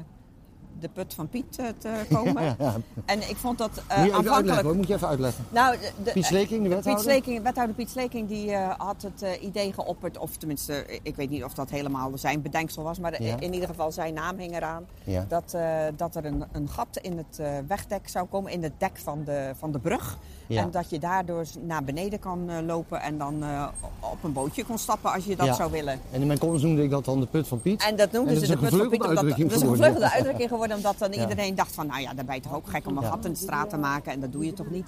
Speaker 3: de put van Piet eh,
Speaker 2: <laughs>
Speaker 3: te komen. En ik vond dat eh,
Speaker 2: Moet je even uitleggen,
Speaker 3: aanvankelijk.
Speaker 2: hoor. Moet je even uitleggen.
Speaker 3: Nou, de- de-
Speaker 2: Piet Sleking, de
Speaker 3: Piet
Speaker 2: wethouder?
Speaker 3: Sleking, wethouder Piet Sleking die, eh, had het eh, idee geopperd, of tenminste, eh, ik weet niet of dat helemaal zijn bedenksel was, maar
Speaker 2: Ja.
Speaker 3: in ieder geval zijn naam hing eraan.
Speaker 2: Ja.
Speaker 3: Dat, eh, dat er een, een gat in het eh, wegdek zou komen, in het dek van de, van de brug.
Speaker 2: Ja.
Speaker 3: En dat je daardoor naar beneden kan eh, lopen en dan eh, op een bootje kon stappen als je dat
Speaker 2: Ja.
Speaker 3: zou willen.
Speaker 2: En in mijn columns noemde ik dat dan de put van Piet.
Speaker 3: En dat noemden
Speaker 2: En dat
Speaker 3: ze
Speaker 2: is
Speaker 3: de
Speaker 2: een
Speaker 3: put
Speaker 2: gevleugelde
Speaker 3: van Piet. omdat-
Speaker 2: uitdrukking
Speaker 3: Dat is een
Speaker 2: geworden.
Speaker 3: gevleugelde uitdrukking geworden. Omdat dan
Speaker 2: Ja.
Speaker 3: iedereen dacht van, nou ja, daar ben je toch ook gek om een
Speaker 2: Ja.
Speaker 3: gat in de straat te maken. En dat doe je toch niet.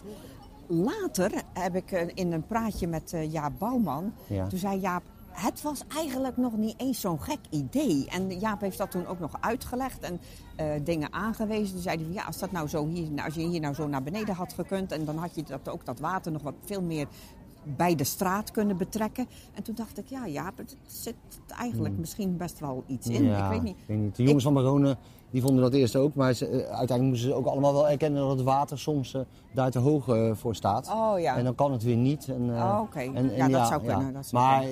Speaker 3: Later heb ik eh, in een praatje met eh, Jaap Bouwman.
Speaker 2: Ja.
Speaker 3: Toen zei Jaap, het was eigenlijk nog niet eens zo'n gek idee. En Jaap heeft dat toen ook nog uitgelegd en eh, dingen aangewezen. Toen zei hij van, ja, als, dat nou zo hier, als je hier nou zo naar beneden had gekund... en dan had je dat, ook dat water nog wat veel meer bij de straat kunnen betrekken. En toen dacht ik, ja Jaap, het zit eigenlijk misschien best wel iets in.
Speaker 2: Hmm. Ja,
Speaker 3: ik weet niet.
Speaker 2: De jongens van Barone die vonden dat eerst ook. Maar ze, eh, uiteindelijk moesten ze ook allemaal wel erkennen dat het water soms eh, daar te hoog eh, voor staat.
Speaker 3: Oh, ja.
Speaker 2: En dan kan het weer niet. En, eh,
Speaker 3: Oh, oké. Ja, dat zou kunnen, dat zou
Speaker 2: maar eh,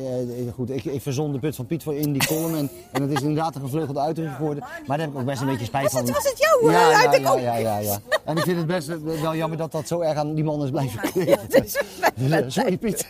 Speaker 2: goed, ik, ik verzon de put van Piet voor in die column. En, en dat is inderdaad een gevleugelde uitdrukking geworden. Maar daar heb ik ook best een beetje spijt van.
Speaker 3: het- was het jouw, eh,
Speaker 2: ja,
Speaker 3: uitdrukking?
Speaker 2: ja, ja, ja, ja. En ik vind het best eh, wel jammer dat dat zo erg aan die man is blijven
Speaker 3: Oh,
Speaker 2: kleven. Ja, <laughs> Sorry Piet.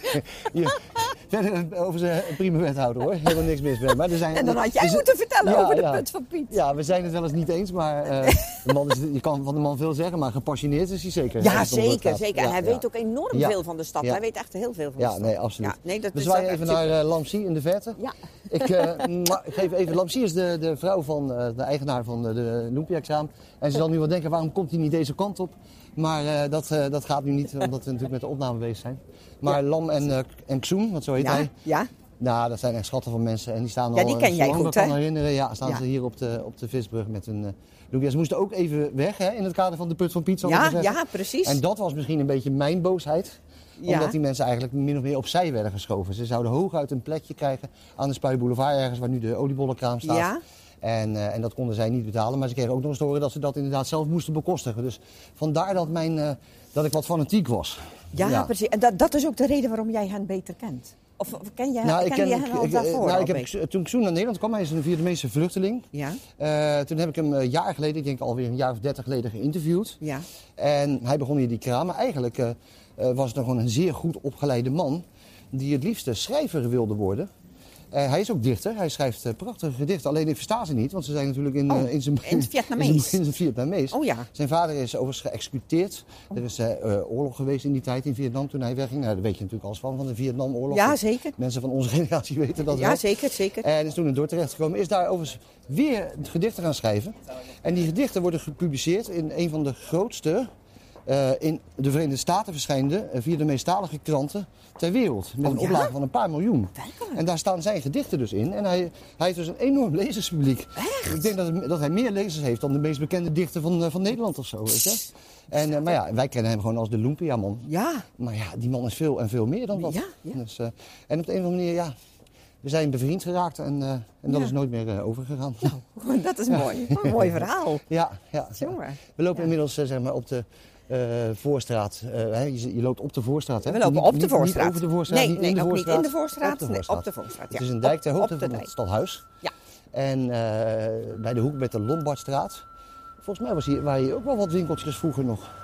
Speaker 2: Je- Verder eh, over zijn prima wethouder hoor. Helemaal niks mis mee. Maar er zijn,
Speaker 3: En dan had jij
Speaker 2: er zijn-
Speaker 3: moeten vertellen over de put van Piet.
Speaker 2: Ja, we zijn het wel eens niet eens, maar eh, de man is, je kan van de man veel zeggen, maar gepassioneerd is hij zeker.
Speaker 3: Ja,
Speaker 2: Als het om dat
Speaker 3: zeker,
Speaker 2: gaat.
Speaker 3: zeker. En
Speaker 2: Ja,
Speaker 3: hij
Speaker 2: ja.
Speaker 3: weet ook enorm
Speaker 2: Ja.
Speaker 3: veel van de stad.
Speaker 2: Ja.
Speaker 3: Hij weet echt heel veel van de
Speaker 2: Ja,
Speaker 3: stad.
Speaker 2: nee, absoluut.
Speaker 3: Ja, nee, dat
Speaker 2: we
Speaker 3: is
Speaker 2: zwaaien
Speaker 3: ook
Speaker 2: even
Speaker 3: echt
Speaker 2: naar eh, Lamsie in de verte.
Speaker 3: Ja.
Speaker 2: Ik, eh, <laughs> mwah, ik geef even, Lamsie is de, de vrouw van eh, de eigenaar van de, de Lumpia-kraam. En ze zal nu wel denken, waarom komt hij niet deze kant op? Maar eh, dat, eh, dat gaat nu niet, omdat we natuurlijk met de opname bezig zijn. Maar Lam en, eh en Xum, wat zo heet
Speaker 3: Ja,
Speaker 2: hij.
Speaker 3: ja.
Speaker 2: Nou, dat zijn echt schatten van mensen. En die staan
Speaker 3: Ja,
Speaker 2: al,
Speaker 3: die
Speaker 2: eh,
Speaker 3: ken jij
Speaker 2: zolang ik
Speaker 3: goed,
Speaker 2: me
Speaker 3: hè?
Speaker 2: kan herinneren, ja, staan
Speaker 3: Ja.
Speaker 2: ze hier op de, op de Visbrug met hun eh Lumpia. Ze moesten ook even weg, hè, in het kader van de Put van Piet, zal ik
Speaker 3: Ja,
Speaker 2: maar zeggen.
Speaker 3: ja, precies.
Speaker 2: En dat was misschien een beetje mijn boosheid.
Speaker 3: Ja.
Speaker 2: Omdat die mensen eigenlijk min of meer opzij werden geschoven. Ze zouden hooguit een plekje krijgen aan de Spuiboulevard ergens waar nu de oliebollenkraam staat.
Speaker 3: Ja.
Speaker 2: En, eh, en dat konden zij niet betalen. Maar ze kregen ook nog eens te horen dat ze dat inderdaad zelf moesten bekostigen. Dus vandaar dat, mijn, eh, dat ik wat fanatiek was.
Speaker 3: Ja, precies. En dat, dat is ook de reden waarom jij hen beter kent. Of, of ken jij
Speaker 2: Nou, ik
Speaker 3: ken
Speaker 2: ken,
Speaker 3: je
Speaker 2: ik,
Speaker 3: hen al
Speaker 2: ik-
Speaker 3: daarvoor?
Speaker 2: nou,
Speaker 3: al
Speaker 2: ik heb,
Speaker 3: beter?
Speaker 2: toen Xun naar Nederland kwam, hij is een Vietnamese vluchteling.
Speaker 3: Ja.
Speaker 2: Eh, toen heb ik hem een jaar geleden, ik denk alweer een jaar of dertig geleden, geïnterviewd.
Speaker 3: Ja.
Speaker 2: En hij begon hier die kraam. Maar eigenlijk eh, eh, was het nog gewoon een zeer goed opgeleide man. Die het liefste schrijver wilde worden. Eh, hij is ook dichter. Hij schrijft eh, prachtige gedichten. Alleen ik versta ze niet, want ze zijn natuurlijk in,
Speaker 3: Oh,
Speaker 2: eh, in zijn
Speaker 3: in het
Speaker 2: <laughs>
Speaker 3: Vietnamees.
Speaker 2: in zijn- in zijn Vietnamees.
Speaker 3: Oh ja.
Speaker 2: Zijn vader is overigens geëxecuteerd. Er is eh, eh, oorlog geweest in die tijd in Vietnam toen hij wegging. Nou, daar weet je natuurlijk alles van, van de Vietnamoorlog.
Speaker 3: Ja, zeker.
Speaker 2: Mensen van onze <laughs> generatie weten dat wel.
Speaker 3: Ja, zeker, zeker.
Speaker 2: En is toen in Dordrecht gekomen. Is daar overigens weer gedichten gaan schrijven. En die gedichten worden gepubliceerd in een van de grootste... eh, in de Verenigde Staten verschijnde eh, via de meestalige kranten ter wereld. Met een
Speaker 3: Oh, ja?
Speaker 2: oplage van een paar miljoen. En daar staan zijn gedichten dus in. En hij, hij heeft dus een enorm lezerspubliek. Ik denk dat, het- dat hij meer lezers heeft dan de meest bekende dichter van, eh, van Nederland of zo. Weet je? En, eh, maar ja, wij kennen hem gewoon als de Lumpia-man.
Speaker 3: Ja. <laughs>
Speaker 2: Maar ja, die man is veel en veel meer dan dat.
Speaker 3: Ja, ja.
Speaker 2: Dus, eh, en op de een of andere manier, ja, we zijn bevriend geraakt en, eh, en dat
Speaker 3: Ja. Nou.
Speaker 2: is nooit meer eh, overgegaan.
Speaker 3: Dat is mooi. Wat een mooi verhaal.
Speaker 2: <laughs> ja, ja.
Speaker 3: Jongen.
Speaker 2: We lopen
Speaker 3: Ja.
Speaker 2: inmiddels eh, zeg maar, op de eh, voorstraat. Eh, hè, je, je loopt op de voorstraat, hè?
Speaker 3: We lopen
Speaker 2: Niet-
Speaker 3: op de
Speaker 2: niet-
Speaker 3: voorstraat.
Speaker 2: Niet over de voorstraat,
Speaker 3: Nee,
Speaker 2: niet
Speaker 3: nee,
Speaker 2: in de
Speaker 3: ook niet
Speaker 2: voorstraat.
Speaker 3: in de voorstraat. Nee, op de voorstraat,
Speaker 2: Het
Speaker 3: ja.
Speaker 2: is een dijk
Speaker 3: Op-
Speaker 2: ter
Speaker 3: op
Speaker 2: hoogte
Speaker 3: de
Speaker 2: van het
Speaker 3: dijk.
Speaker 2: stadhuis.
Speaker 3: Ja.
Speaker 2: En eh, bij de hoek met de Lombardstraat. Volgens mij was hier, waren hier ook wel wat winkeltjes vroeger nog.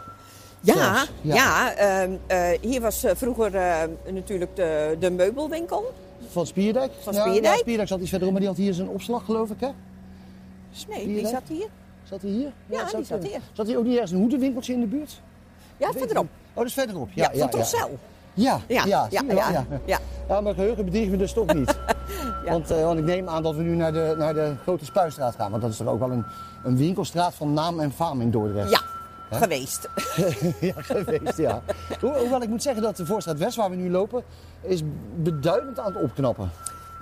Speaker 3: Ja,
Speaker 2: Zelfs, ja.
Speaker 3: ja. ehm, eh, hier was eh, vroeger eh, natuurlijk de, de meubelwinkel.
Speaker 2: Van Spierdijk?
Speaker 3: Van
Speaker 2: Ja, Ja,
Speaker 3: Spierdijk?
Speaker 2: Spierdijk zat iets verderop, maar die had hier zijn opslag geloof ik hè?
Speaker 3: Nee, die
Speaker 2: Spierdijk?
Speaker 3: zat hier.
Speaker 2: Zat hij hier?
Speaker 3: Ja,
Speaker 2: dat
Speaker 3: die
Speaker 2: zou
Speaker 3: zat
Speaker 2: kunnen.
Speaker 3: hier.
Speaker 2: Zat hij ook niet ergens een hoedenwinkeltje in de buurt?
Speaker 3: Ja,
Speaker 2: Weet
Speaker 3: verderop.
Speaker 2: ik niet. Oh, dat is verderop. Ja,
Speaker 3: Ja, van Trocel.
Speaker 2: Ja, ja, ja,
Speaker 3: Ja, ja,
Speaker 2: zie je wel,
Speaker 3: ja,
Speaker 2: ja.
Speaker 3: ja.
Speaker 2: Ja, mijn geheugen bedriegt me dus toch
Speaker 3: <laughs>
Speaker 2: niet. want, eh, want ik neem aan dat we nu naar de, naar de Grote Spuistraat gaan. Want dat is toch ook wel een, een winkelstraat van naam en faam in Dordrecht.
Speaker 3: Ja, geweest.
Speaker 2: <laughs> ja, geweest, ja. Ho- hoewel ik moet zeggen dat de Voorstraat West waar we nu lopen... is beduidend aan het opknappen.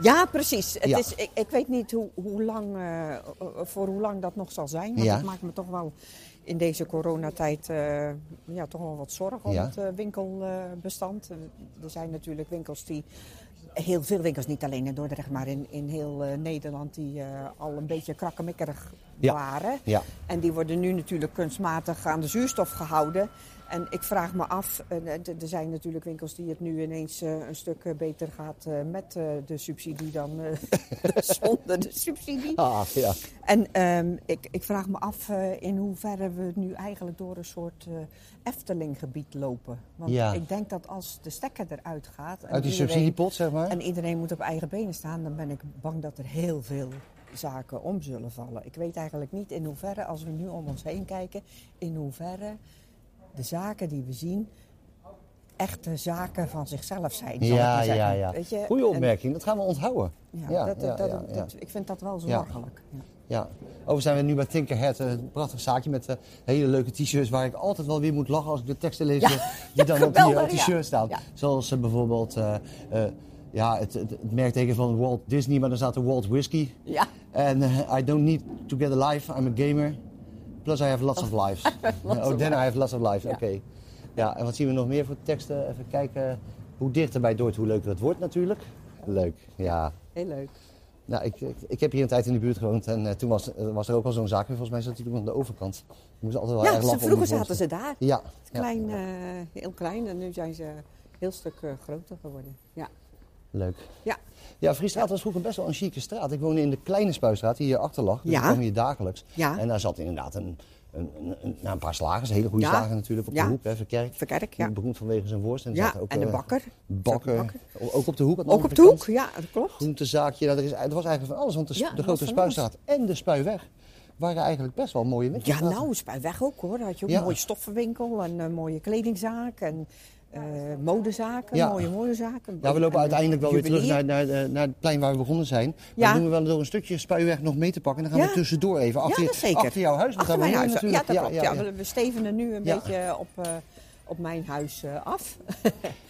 Speaker 3: Ja, precies. Het
Speaker 2: Ja.
Speaker 3: Is, ik, ik weet niet hoe, hoe lang, eh, eh, voor hoe lang dat nog zal zijn. Want
Speaker 2: Ja.
Speaker 3: ik maak me toch wel in deze coronatijd eh, ja, toch wel wat zorgen om
Speaker 2: Ja.
Speaker 3: het eh, winkelbestand. Eh, er zijn natuurlijk winkels die, heel veel winkels, niet alleen in Dordrecht, maar in, in heel eh, Nederland, die eh, al een beetje krakkemikkerig
Speaker 2: Ja.
Speaker 3: waren.
Speaker 2: Ja.
Speaker 3: En die worden nu natuurlijk kunstmatig aan de zuurstof gehouden. En ik vraag me af, en, eh, d- er zijn natuurlijk winkels die het nu ineens eh, een stuk eh, beter gaat eh, met eh, de subsidie dan eh, <laughs> zonder de subsidie.
Speaker 2: Ah, ja.
Speaker 3: En ehm, ik, ik vraag me af eh, in hoeverre we nu eigenlijk door een soort eh Eftelinggebied lopen. Want
Speaker 2: Ja.
Speaker 3: ik denk dat als de stekker eruit gaat en,
Speaker 2: Uit die
Speaker 3: iedereen,
Speaker 2: subsidiepot, zeg maar.
Speaker 3: en iedereen moet op eigen benen staan, dan ben ik bang dat er heel veel zaken om zullen vallen. Ik weet eigenlijk niet in hoeverre, als we nu om ons heen kijken, in hoeverre de zaken die we zien echte zaken van zichzelf zijn. zal ik
Speaker 2: Ja,
Speaker 3: maar zeggen.
Speaker 2: ja, ja.
Speaker 3: Weet je?
Speaker 2: Goeie
Speaker 3: En-
Speaker 2: opmerking. Dat gaan we onthouden.
Speaker 3: Ja,
Speaker 2: Ja,
Speaker 3: dat,
Speaker 2: ja,
Speaker 3: dat,
Speaker 2: ja, ja.
Speaker 3: dat- ik vind dat wel
Speaker 2: Ja.
Speaker 3: zorgelijk. Ja.
Speaker 2: Ja, over zijn we nu bij Tinker Hat. Een prachtig zaakje met eh, hele leuke t-shirts waar ik altijd wel weer moet lachen als ik de teksten lees.
Speaker 3: Ja,
Speaker 2: eh, die
Speaker 3: ja,
Speaker 2: <laughs> dan op die,
Speaker 3: geweldig,
Speaker 2: eh, op die
Speaker 3: ja.
Speaker 2: shirt staan.
Speaker 3: Ja.
Speaker 2: Zoals eh, bijvoorbeeld eh, eh, ja, het, het, het merkteken van Walt Disney, maar dan staat er Walt Whiskey.
Speaker 3: Ja.
Speaker 2: En eh, I don't need to get a life, I'm a gamer. Plus I have lots of lives. oh, <laughs> then I have lots of lives, oké. Ja, en wat zien we nog meer voor teksten? Even kijken hoe dichterbij Doord, hoe leuker het wordt natuurlijk. Leuk, ja.
Speaker 3: Heel leuk.
Speaker 2: Nou, ik, ik, ik heb hier een tijd in de buurt gewoond en eh, toen was, eh, was er ook al zo'n zaak. Volgens mij zat die toen aan de overkant. Ik moest altijd wel
Speaker 3: Ja,
Speaker 2: erg
Speaker 3: Nou, ze-
Speaker 2: lachen. om
Speaker 3: vroeger
Speaker 2: die
Speaker 3: zaten ze
Speaker 2: voorstel. Ja.
Speaker 3: daar. Klein,
Speaker 2: ja.
Speaker 3: eh, heel klein en nu zijn ze een heel stuk eh, groter geworden. Ja.
Speaker 2: Leuk.
Speaker 3: Ja.
Speaker 2: Ja, Vriestraat was vroeger best wel een chique straat. Ik woonde in de kleine Spuistraat, die hier achter lag. Dus
Speaker 3: Ja.
Speaker 2: ik kwam hier dagelijks.
Speaker 3: Ja.
Speaker 2: En daar zat inderdaad een, een, een, een- nou, een paar slagers, hele goede
Speaker 3: Ja.
Speaker 2: slagers natuurlijk, op
Speaker 3: Ja.
Speaker 2: de hoek, hè, Verkerk.
Speaker 3: Verkerk, ja.
Speaker 2: Beroemd vanwege zijn worst. En, er
Speaker 3: Ja,
Speaker 2: zat ook,
Speaker 3: en de
Speaker 2: eh,
Speaker 3: bakker.
Speaker 2: Bakker.
Speaker 3: Zat de
Speaker 2: Ook op de hoek. aan
Speaker 3: Ook op
Speaker 2: andere
Speaker 3: de
Speaker 2: kant.
Speaker 3: hoek, ja, dat klopt.
Speaker 2: groentezaakje. Nou, er, is, er was eigenlijk van alles, want de,
Speaker 3: Ja, er
Speaker 2: de
Speaker 3: was
Speaker 2: grote
Speaker 3: van alles.
Speaker 2: spuistraat en de spuiweg waren eigenlijk best wel mooie mensen.
Speaker 3: Ja, nou, is bij weg ook hoor. Daar had je ook
Speaker 2: Ja.
Speaker 3: een mooie stoffenwinkel en een mooie kledingzaak en eh, modezaken,
Speaker 2: Ja.
Speaker 3: mooie modezaken.
Speaker 2: Ja, Nou, we lopen
Speaker 3: En, eh,
Speaker 2: uiteindelijk wel weer terug
Speaker 3: juwelier.
Speaker 2: naar, naar, eh, naar het plein waar we begonnen zijn. Maar
Speaker 3: Ja.
Speaker 2: dan doen we wel door een stukje spuiweg nog mee te pakken. En dan gaan
Speaker 3: Ja.
Speaker 2: we tussendoor even achter,
Speaker 3: ja,
Speaker 2: je-
Speaker 3: dat zeker.
Speaker 2: achter jouw huis. want daar
Speaker 3: Achter mijn
Speaker 2: woon
Speaker 3: huis,
Speaker 2: je
Speaker 3: ja, dat
Speaker 2: natuurlijk.
Speaker 3: klopt. Ja, We, we stevenen nu een
Speaker 2: Ja.
Speaker 3: beetje op, eh, op mijn huis eh, af.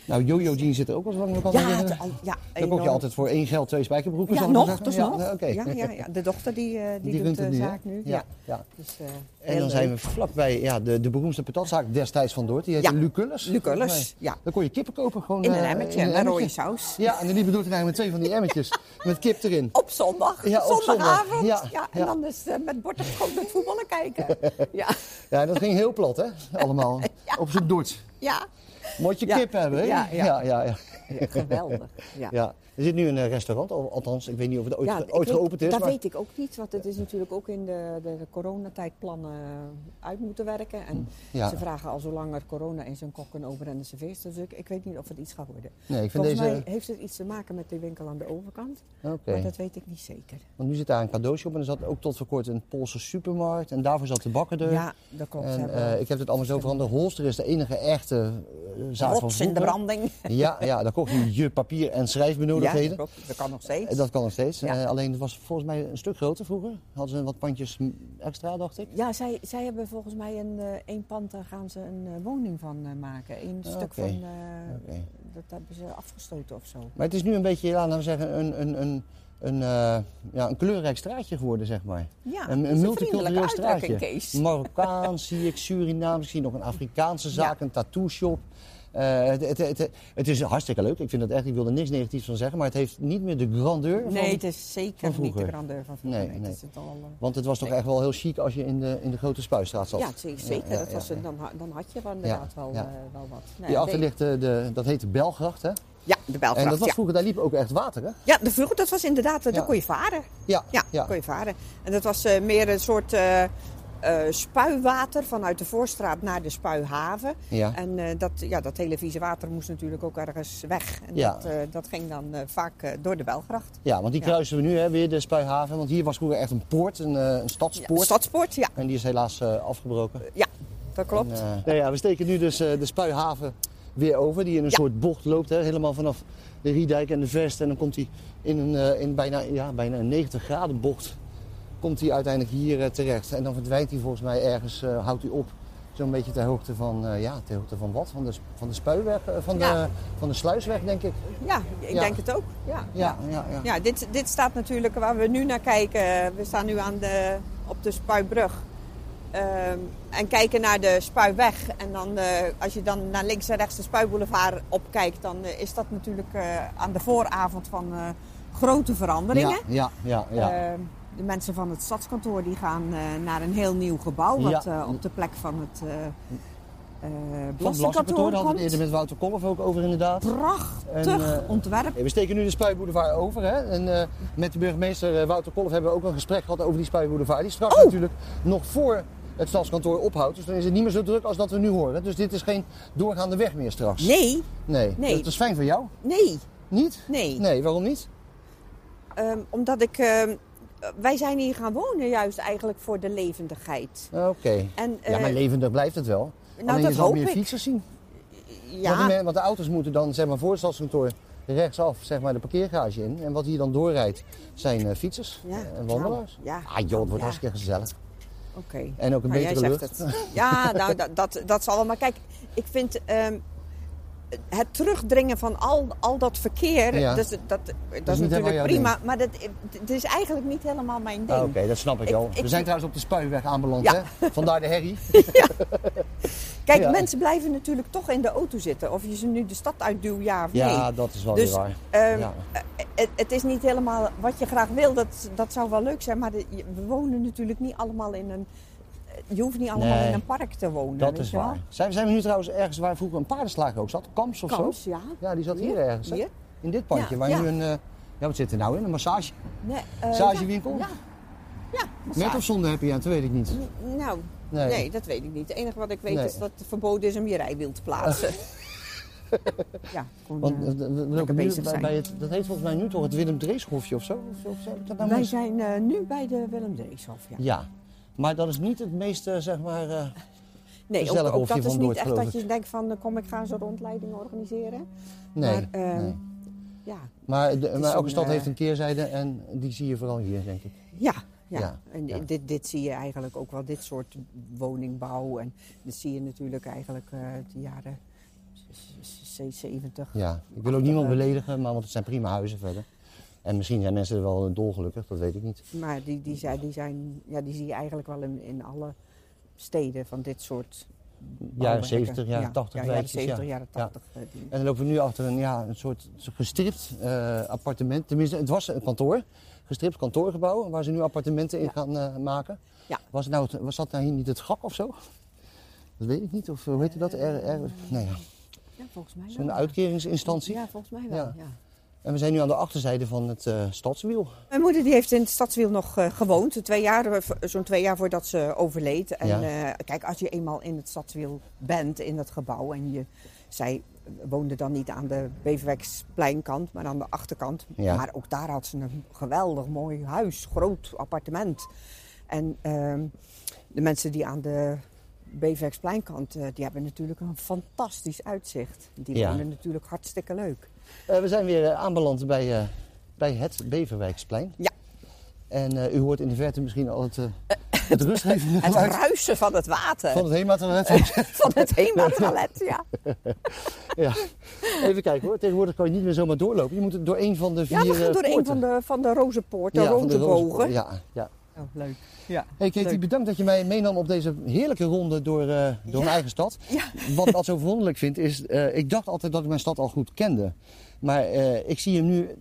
Speaker 2: Nou, jojo jeans zit er ook wel lang op.
Speaker 3: Ja, het- al- ja,
Speaker 2: Dan koop je
Speaker 3: enorm.
Speaker 2: altijd voor één geld twee spijkerbroeken.
Speaker 3: Ja,
Speaker 2: zal ik maar
Speaker 3: nog, dus
Speaker 2: zeggen.
Speaker 3: nog.
Speaker 2: Ja, nou,
Speaker 3: Ja,
Speaker 2: oké.
Speaker 3: ja, ja, De dochter die, eh, die,
Speaker 2: runt
Speaker 3: doet de
Speaker 2: het hè?
Speaker 3: zaak nu.
Speaker 2: Ja,
Speaker 3: Ja.
Speaker 2: ja.
Speaker 3: Dus, eh,
Speaker 2: En dan
Speaker 3: heel
Speaker 2: zijn
Speaker 3: leuk.
Speaker 2: we vlakbij ja, de, de beroemdste patatzaak destijds van Dordt. Die heette
Speaker 3: Ja.
Speaker 2: Lucullus.
Speaker 3: Lucullus,
Speaker 2: Volgens mij.
Speaker 3: ja.
Speaker 2: Dan kon je kippen kopen. Gewoon,
Speaker 3: In een
Speaker 2: eh,
Speaker 3: emmertje,
Speaker 2: in
Speaker 3: met rode saus.
Speaker 2: Ja, en die bedoelt eigenlijk met twee van die
Speaker 3: <laughs>
Speaker 2: emmertjes. met kip erin.
Speaker 3: Op zondag,
Speaker 2: Ja, op
Speaker 3: zondagavond.
Speaker 2: zondag. Ja,
Speaker 3: Ja, en
Speaker 2: ja.
Speaker 3: dan is eh, met bord op schoot met voetballen kijken.
Speaker 2: <laughs>
Speaker 3: ja,
Speaker 2: Ja, dat ging heel plat, hè?
Speaker 3: <laughs>
Speaker 2: Allemaal. Op zo'n Dordt.
Speaker 3: ja.
Speaker 2: Moet je
Speaker 3: Ja.
Speaker 2: kip hebben, hè?
Speaker 3: Ja, ja.
Speaker 2: ja, ja, ja.
Speaker 3: Ja, geweldig. Ja.
Speaker 2: Ja. Er zit nu een eh, restaurant, al- althans, ik weet niet of het ooit,
Speaker 3: Ja,
Speaker 2: ge-
Speaker 3: ik
Speaker 2: ooit
Speaker 3: weet-
Speaker 2: geopend is.
Speaker 3: Dat
Speaker 2: maar
Speaker 3: weet ik ook niet, want het is natuurlijk ook in de, de, de coronatijdplannen eh, uit moeten werken. En
Speaker 2: Mm, Ja.
Speaker 3: ze vragen al zo lang er corona in zijn kokken over en de serveers. Dus ik, ik weet niet of het iets gaat worden.
Speaker 2: Nee, ik vind
Speaker 3: Volgens
Speaker 2: deze.
Speaker 3: mij heeft het iets te maken met die winkel aan de overkant,
Speaker 2: Oké.
Speaker 3: maar dat weet ik niet zeker.
Speaker 2: Want nu zit daar een cadeautje op en er zat ook tot voor kort een Poolse supermarkt. En daarvoor zat de bakker er.
Speaker 3: Ja, dat klopt. ze
Speaker 2: Eh, en
Speaker 3: hebben
Speaker 2: eh, ik heb het allemaal zo veranderd. Holster is de enige echte eh, zaak van
Speaker 3: rots in de
Speaker 2: vroeger.
Speaker 3: branding.
Speaker 2: Ja, ja, daar kocht je je papier en schrijfbenodigdheden.
Speaker 3: dat klopt. Dat kan nog steeds.
Speaker 2: Eh, Dat kan nog steeds.
Speaker 3: Ja.
Speaker 2: Eh, alleen het was volgens mij een stuk groter vroeger. Hadden ze wat pandjes m- extra, dacht ik.
Speaker 3: Ja, zij, zij hebben volgens mij een eh, één pand, daar gaan ze een eh, woning van eh, maken. Een stuk
Speaker 2: Ah, oké.
Speaker 3: van, eh,
Speaker 2: Oké.
Speaker 3: dat hebben ze afgestoten of zo.
Speaker 2: Maar het is nu een beetje, laten we zeggen, een, een, een, een, eh, ja, een kleurrijk straatje geworden, zeg maar.
Speaker 3: Ja,
Speaker 2: een,
Speaker 3: dat
Speaker 2: een
Speaker 3: is
Speaker 2: multicultureel
Speaker 3: vriendelijke
Speaker 2: straatje.
Speaker 3: uitdrukking, Kees.
Speaker 2: Marokkaans zie ik, Surinaams, ik zie nog een Afrikaanse zaak, een tattoo shop. Eh, het, het, het, het is hartstikke leuk. Ik vind dat echt, ik wil er niks negatiefs van zeggen, maar het heeft niet meer de grandeur. van-
Speaker 3: Nee, het is
Speaker 2: van
Speaker 3: zeker niet
Speaker 2: vroeger.
Speaker 3: de grandeur van vroeger.
Speaker 2: Nee,
Speaker 3: Nee,
Speaker 2: nee.
Speaker 3: Het is het al, eh,
Speaker 2: Want het was toch echt wel heel chic als je in de, in de grote spuistraat zat.
Speaker 3: ja, zeker. zeker.
Speaker 2: ja,
Speaker 3: dat was
Speaker 2: ja.
Speaker 3: het, dan, ha- dan had je wel inderdaad wel,
Speaker 2: ja.
Speaker 3: eh, wel wat. Nee,
Speaker 2: Hierachter
Speaker 3: nee.
Speaker 2: ligt de, de, dat heet de Belgracht, hè?
Speaker 3: Ja, de Belgracht,
Speaker 2: En dat was
Speaker 3: ja.
Speaker 2: vroeger, daar liep ook echt water, hè?
Speaker 3: Ja, de vroeger, dat was inderdaad, eh,
Speaker 2: Ja.
Speaker 3: daar kon je varen.
Speaker 2: Ja,
Speaker 3: Ja, daar kon je varen. En dat was eh, meer een soort eh, eh, spuiwater vanuit de voorstraat naar de spuihaven.
Speaker 2: Ja.
Speaker 3: En eh, dat, ja, dat hele vieze water moest natuurlijk ook ergens weg. En
Speaker 2: Ja.
Speaker 3: dat, eh, dat ging dan eh, vaak eh, door de Belgracht.
Speaker 2: Ja, want die
Speaker 3: Ja.
Speaker 2: kruisen we nu hè, weer, de Spuihaven. Want hier was vroeger echt een poort, een, eh, een stadspoort.
Speaker 3: Ja, Stadspoort, ja.
Speaker 2: En die is helaas eh, afgebroken.
Speaker 3: Ja, dat klopt.
Speaker 2: En, eh, nou ja, we steken nu dus eh, de Spuihaven weer over. Die in een
Speaker 3: Ja.
Speaker 2: soort bocht loopt, hè, helemaal vanaf de Riedijk en de Vest. En dan komt hij in een eh, in bijna, ja, bijna een 90 graden bocht. Komt hij uiteindelijk hier eh, terecht. En dan verdwijnt hij volgens mij ergens, eh, houdt hij op. Zo'n beetje ter hoogte van, eh, ja, ter hoogte van wat? Van de, van de spuiweg, eh, van, de,
Speaker 3: Ja.
Speaker 2: van de sluisweg denk ik.
Speaker 3: Ja, ik
Speaker 2: Ja.
Speaker 3: denk het ook. Ja,
Speaker 2: Ja, ja, ja.
Speaker 3: Ja, dit, dit staat natuurlijk waar we nu naar kijken. We staan nu aan de, op de Spuibrug. Ehm, en kijken naar de Spuiweg. En dan, eh, als je dan naar links en rechts de Spuiboulevard opkijkt... dan eh, is dat natuurlijk eh, aan de vooravond van eh, grote veranderingen.
Speaker 2: Ja, ja, ja. ja.
Speaker 3: Ehm, de mensen van het stadskantoor die gaan eh, naar een heel nieuw gebouw... wat
Speaker 2: Ja.
Speaker 3: eh, op de plek van het eh eh
Speaker 2: Van
Speaker 3: belastingkantoor
Speaker 2: Daar hadden we het
Speaker 3: komt.
Speaker 2: eerder met Wouter Kolf ook over inderdaad.
Speaker 3: Prachtig
Speaker 2: En, eh,
Speaker 3: ontwerp.
Speaker 2: Hey, We steken nu de spuiboulevard over. Hè? En eh, met de burgemeester eh, Wouter Kolf hebben we ook een gesprek gehad over die spuiboulevard. Die
Speaker 3: Oh!
Speaker 2: straks natuurlijk nog voor het stadskantoor ophoudt. Dus dan is het niet meer zo druk als dat we nu horen. Dus dit is geen doorgaande weg meer straks.
Speaker 3: Nee,
Speaker 2: Nee.
Speaker 3: Nee.
Speaker 2: Dat is fijn voor jou.
Speaker 3: nee,
Speaker 2: Niet?
Speaker 3: nee.
Speaker 2: Nee, waarom niet?
Speaker 3: Ehm, omdat ik. ehm, wij zijn hier gaan wonen juist eigenlijk voor de levendigheid.
Speaker 2: Ah, Oké.
Speaker 3: En,
Speaker 2: ja, maar
Speaker 3: eh,
Speaker 2: levendig blijft het wel.
Speaker 3: nou,
Speaker 2: Alleen
Speaker 3: dat
Speaker 2: je zal
Speaker 3: hoop
Speaker 2: meer
Speaker 3: ik.
Speaker 2: fietsers zien. Want, de,
Speaker 3: ja,
Speaker 2: men- want de auto's moeten dan zeg maar, voor het stadskantoor rechtsaf zeg maar, de parkeergarage in. En wat hier dan doorrijdt zijn eh, fietsers
Speaker 3: Ja,
Speaker 2: en wandelaars.
Speaker 3: nou, ja.
Speaker 2: Ah joh, het wordt
Speaker 3: Ja.
Speaker 2: hartstikke gezellig.
Speaker 3: oké.
Speaker 2: En ook een
Speaker 3: Nou, jij
Speaker 2: betere
Speaker 3: zegt
Speaker 2: lucht.
Speaker 3: het. Ja, nou, dat, dat, dat zal wel. Maar kijk, ik vind ehm, het terugdringen van al, al dat verkeer.
Speaker 2: Ja.
Speaker 3: Dus, dat, dat, is
Speaker 2: helemaal jouw
Speaker 3: natuurlijk prima. Maar dat, het is eigenlijk niet helemaal mijn ding.
Speaker 2: Ah, Oké, dat snap ik,
Speaker 3: Ik-
Speaker 2: wel.
Speaker 3: ik-
Speaker 2: We zijn trouwens op de Spuiweg aanbeland,
Speaker 3: <laughs> Ja.
Speaker 2: hè? Vandaar de herrie.
Speaker 3: Kijk,
Speaker 2: Ja.
Speaker 3: mensen blijven natuurlijk toch in de auto zitten. Of je ze nu de stad uitduwt, ja of nee.
Speaker 2: Ja, dat is wel
Speaker 3: Dus
Speaker 2: weer waar.
Speaker 3: ehm,
Speaker 2: Ja.
Speaker 3: eh, het, het is niet helemaal wat je graag wil. Dat, dat zou wel leuk zijn. Maar de- je- we wonen natuurlijk niet allemaal in een... eh, Je hoeft niet allemaal
Speaker 2: Nee,
Speaker 3: in een park te wonen.
Speaker 2: Dat
Speaker 3: weet
Speaker 2: is
Speaker 3: je wel.
Speaker 2: waar. Zijn, zijn we nu trouwens ergens waar vroeger een paardenslager ook zat? Kamps of
Speaker 3: Kans,
Speaker 2: zo?
Speaker 3: ja.
Speaker 2: Ja, die zat hier,
Speaker 3: Hier,
Speaker 2: ergens. hè?
Speaker 3: hier.
Speaker 2: In dit pandje,
Speaker 3: Ja,
Speaker 2: waar
Speaker 3: ja.
Speaker 2: nu een... eh, ja, wat zit er nou in? Een massage?
Speaker 3: Nee, eh,
Speaker 2: Massagewinkel?
Speaker 3: Ja. Ja,
Speaker 2: Met of
Speaker 3: massage.
Speaker 2: zonder happy end, dat weet ik niet.
Speaker 3: Nou,
Speaker 2: Nee.
Speaker 3: nee. dat weet ik niet. Het enige wat ik weet
Speaker 2: Nee.
Speaker 3: is dat het verboden is om je rijwiel te
Speaker 2: <laughs>
Speaker 3: plaatsen. ja, kon,
Speaker 2: Want
Speaker 3: eh,
Speaker 2: eh, we- we lopen nu
Speaker 3: bezig
Speaker 2: bij,
Speaker 3: zijn.
Speaker 2: bij het, dat heet volgens mij nu toch het Willem Dreeshofje of zo? Of, of heb ik dat nou
Speaker 3: wij
Speaker 2: mis?
Speaker 3: zijn eh, nu bij de Willem Dreeshof, ja.
Speaker 2: Ja, maar dat is niet het meest, eh, zeg maar... eh,
Speaker 3: Nee,
Speaker 2: Gezellig
Speaker 3: ook, ook
Speaker 2: hofje
Speaker 3: dat is
Speaker 2: van
Speaker 3: niet
Speaker 2: Noord,
Speaker 3: echt
Speaker 2: geloof
Speaker 3: dat
Speaker 2: ik.
Speaker 3: je denkt van, eh, kom ik ga zo'n rondleiding organiseren.
Speaker 2: nee,
Speaker 3: Maar, ehm,
Speaker 2: nee.
Speaker 3: Ja,
Speaker 2: Maar, de- maar elke
Speaker 3: een,
Speaker 2: stad
Speaker 3: eh,
Speaker 2: heeft een keerzijde en die zie je vooral hier, denk ik.
Speaker 3: Ja, ja.
Speaker 2: Ja,
Speaker 3: en
Speaker 2: ja.
Speaker 3: Dit, dit zie je eigenlijk ook wel, dit soort woningbouw. En dat zie je natuurlijk eigenlijk eh, uit de jaren z- z- z- 70.
Speaker 2: Ja, ik wil ook niemand beledigen, maar want het zijn prima huizen verder. En misschien zijn mensen er wel dolgelukkig, dat weet ik niet.
Speaker 3: Maar die, die, zijn, die, zijn, ja, die zie je eigenlijk wel in, in alle steden van dit soort
Speaker 2: Jaren
Speaker 3: bouwwerken.
Speaker 2: 70, jaren
Speaker 3: Ja,
Speaker 2: 80
Speaker 3: ja, jaren
Speaker 2: wijkjes,
Speaker 3: 70,
Speaker 2: ja.
Speaker 3: jaren
Speaker 2: Ja.
Speaker 3: 80. eh, die-
Speaker 2: En dan lopen we nu achter een, ja, een soort gestript eh, appartement. Tenminste, het was een kantoor. Gestript kantoorgebouw, waar ze nu appartementen in
Speaker 3: Ja.
Speaker 2: gaan eh, maken.
Speaker 3: Ja.
Speaker 2: Was, het nou het, was dat nou hier niet het gak of zo? Dat weet ik niet. Of eh, hoe heette dat? R, R, nou ja,
Speaker 3: Ja, volgens mij wel.
Speaker 2: zo'n uitkeringsinstantie.
Speaker 3: Ja, volgens mij wel,
Speaker 2: Ja.
Speaker 3: ja.
Speaker 2: En we zijn nu aan de achterzijde van het eh, stadswiel.
Speaker 3: Mijn moeder die heeft in het stadswiel nog eh, gewoond, twee jaar, eh, v- zo'n twee jaar voordat ze overleed. En
Speaker 2: Ja.
Speaker 3: eh, kijk, als je eenmaal in het stadswiel bent, in dat gebouw, en je, zij woonde dan niet aan de Beverwijkspleinkant, maar aan de achterkant.
Speaker 2: Ja.
Speaker 3: Maar ook daar had ze een geweldig mooi huis, groot appartement. En ehm, de mensen die aan de Beverwijkspleinkant, eh, die hebben natuurlijk een fantastisch uitzicht. Die
Speaker 2: Ja.
Speaker 3: wonen natuurlijk hartstikke
Speaker 2: <laughs>
Speaker 3: leuk.
Speaker 2: Eh, we zijn weer eh, aanbeland bij, eh, bij het Beverwijksplein.
Speaker 3: Ja.
Speaker 2: En eh, u hoort in de verte misschien al het, eh, het rustgevende
Speaker 3: Het
Speaker 2: geluid
Speaker 3: ruisen van het water,
Speaker 2: van
Speaker 3: van,
Speaker 2: het HEMA-toilet. <laughs>
Speaker 3: het HEMA-toilet, ja.
Speaker 2: ja. Even kijken hoor, tegenwoordig kan je niet meer zomaar doorlopen. Je moet er door een van de vier
Speaker 3: Ja, we gaan
Speaker 2: eh,
Speaker 3: door een
Speaker 2: poorten.
Speaker 3: van de, van de rozenpoort, de
Speaker 2: Ja, van de
Speaker 3: rozenbogen.
Speaker 2: rozenpoort. Ja, ja.
Speaker 3: Oh, leuk. Ja.
Speaker 2: Hey Katie,
Speaker 3: Leuk.
Speaker 2: bedankt dat je mij meenam op deze heerlijke ronde door, eh, door mijn eigen stad.
Speaker 3: Ja.
Speaker 2: Wat ik altijd zo verwonderlijk vind is, eh, ik dacht altijd dat ik mijn stad al goed kende. Maar eh, ik zie hem nu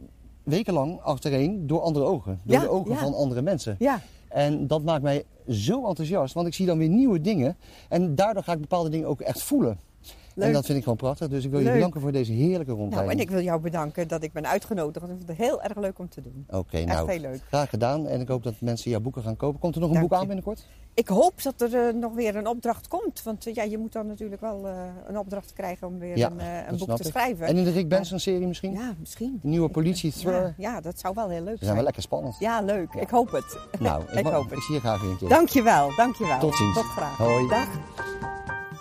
Speaker 2: wekenlang achtereen door andere ogen. Door
Speaker 3: Ja,
Speaker 2: de ogen
Speaker 3: ja.
Speaker 2: van andere mensen.
Speaker 3: ja.
Speaker 2: En dat maakt mij zo enthousiast, want ik zie dan weer nieuwe dingen. En daardoor ga ik bepaalde dingen ook echt voelen. En
Speaker 3: Leuk.
Speaker 2: dat vind ik gewoon prachtig. Dus ik wil je
Speaker 3: Leuk.
Speaker 2: bedanken voor deze heerlijke
Speaker 3: Nou,
Speaker 2: rondleiding.
Speaker 3: en ik wil jou bedanken dat ik ben uitgenodigd. Ik vond het heel erg leuk om te doen.
Speaker 2: Oké,
Speaker 3: Echt
Speaker 2: nou,
Speaker 3: heel leuk.
Speaker 2: graag gedaan. En ik hoop dat mensen jouw boeken gaan kopen. Komt er nog een
Speaker 3: Dank
Speaker 2: boek aan
Speaker 3: je.
Speaker 2: binnenkort?
Speaker 3: Ik hoop dat er eh, nog weer een opdracht komt. Want eh, ja, je moet dan natuurlijk wel eh, een opdracht krijgen om weer een, eh,
Speaker 2: dat
Speaker 3: een boek
Speaker 2: snap
Speaker 3: te
Speaker 2: ik.
Speaker 3: schrijven.
Speaker 2: En in de Rick Benson-serie misschien?
Speaker 3: Ja, misschien.
Speaker 2: Een nieuwe politie-thriller?
Speaker 3: Ja, ja, dat zou wel heel
Speaker 2: Ze
Speaker 3: leuk
Speaker 2: zijn
Speaker 3: zijn.
Speaker 2: wel lekker spannend.
Speaker 3: Ja, leuk. Ik hoop het.
Speaker 2: Nou, ik,
Speaker 3: <laughs> ik
Speaker 2: wou-
Speaker 3: hoop
Speaker 2: ik
Speaker 3: het.
Speaker 2: zie je graag weer een keer.
Speaker 3: Dankjewel, dankjewel.
Speaker 2: Tot ziens.
Speaker 3: Tot graag.
Speaker 2: Hoi.
Speaker 3: Dag.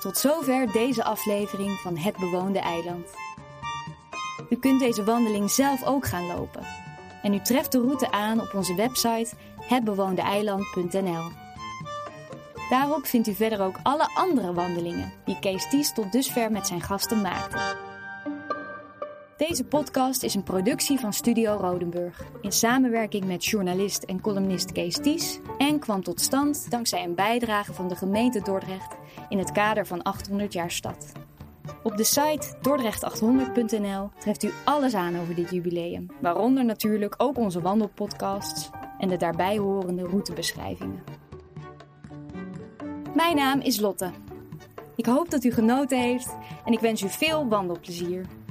Speaker 1: Tot zover deze aflevering van Het Bewoonde Eiland. U kunt deze wandeling zelf ook gaan lopen. En u treft de route aan op onze website hetbewoondeeiland.nl. Daarop vindt u verder ook alle andere wandelingen die Kees Ties tot dusver met zijn gasten maakte. Deze podcast is een productie van Studio Rodenburg in samenwerking met journalist en columnist Kees Ties en kwam tot stand dankzij een bijdrage van de gemeente Dordrecht in het kader van 800 jaar stad. Op de site dordrecht800.nl treft u alles aan over dit jubileum, waaronder natuurlijk ook onze wandelpodcasts en de daarbij horende routebeschrijvingen. Mijn naam is Lotte. Ik hoop dat u genoten heeft en ik wens u veel wandelplezier.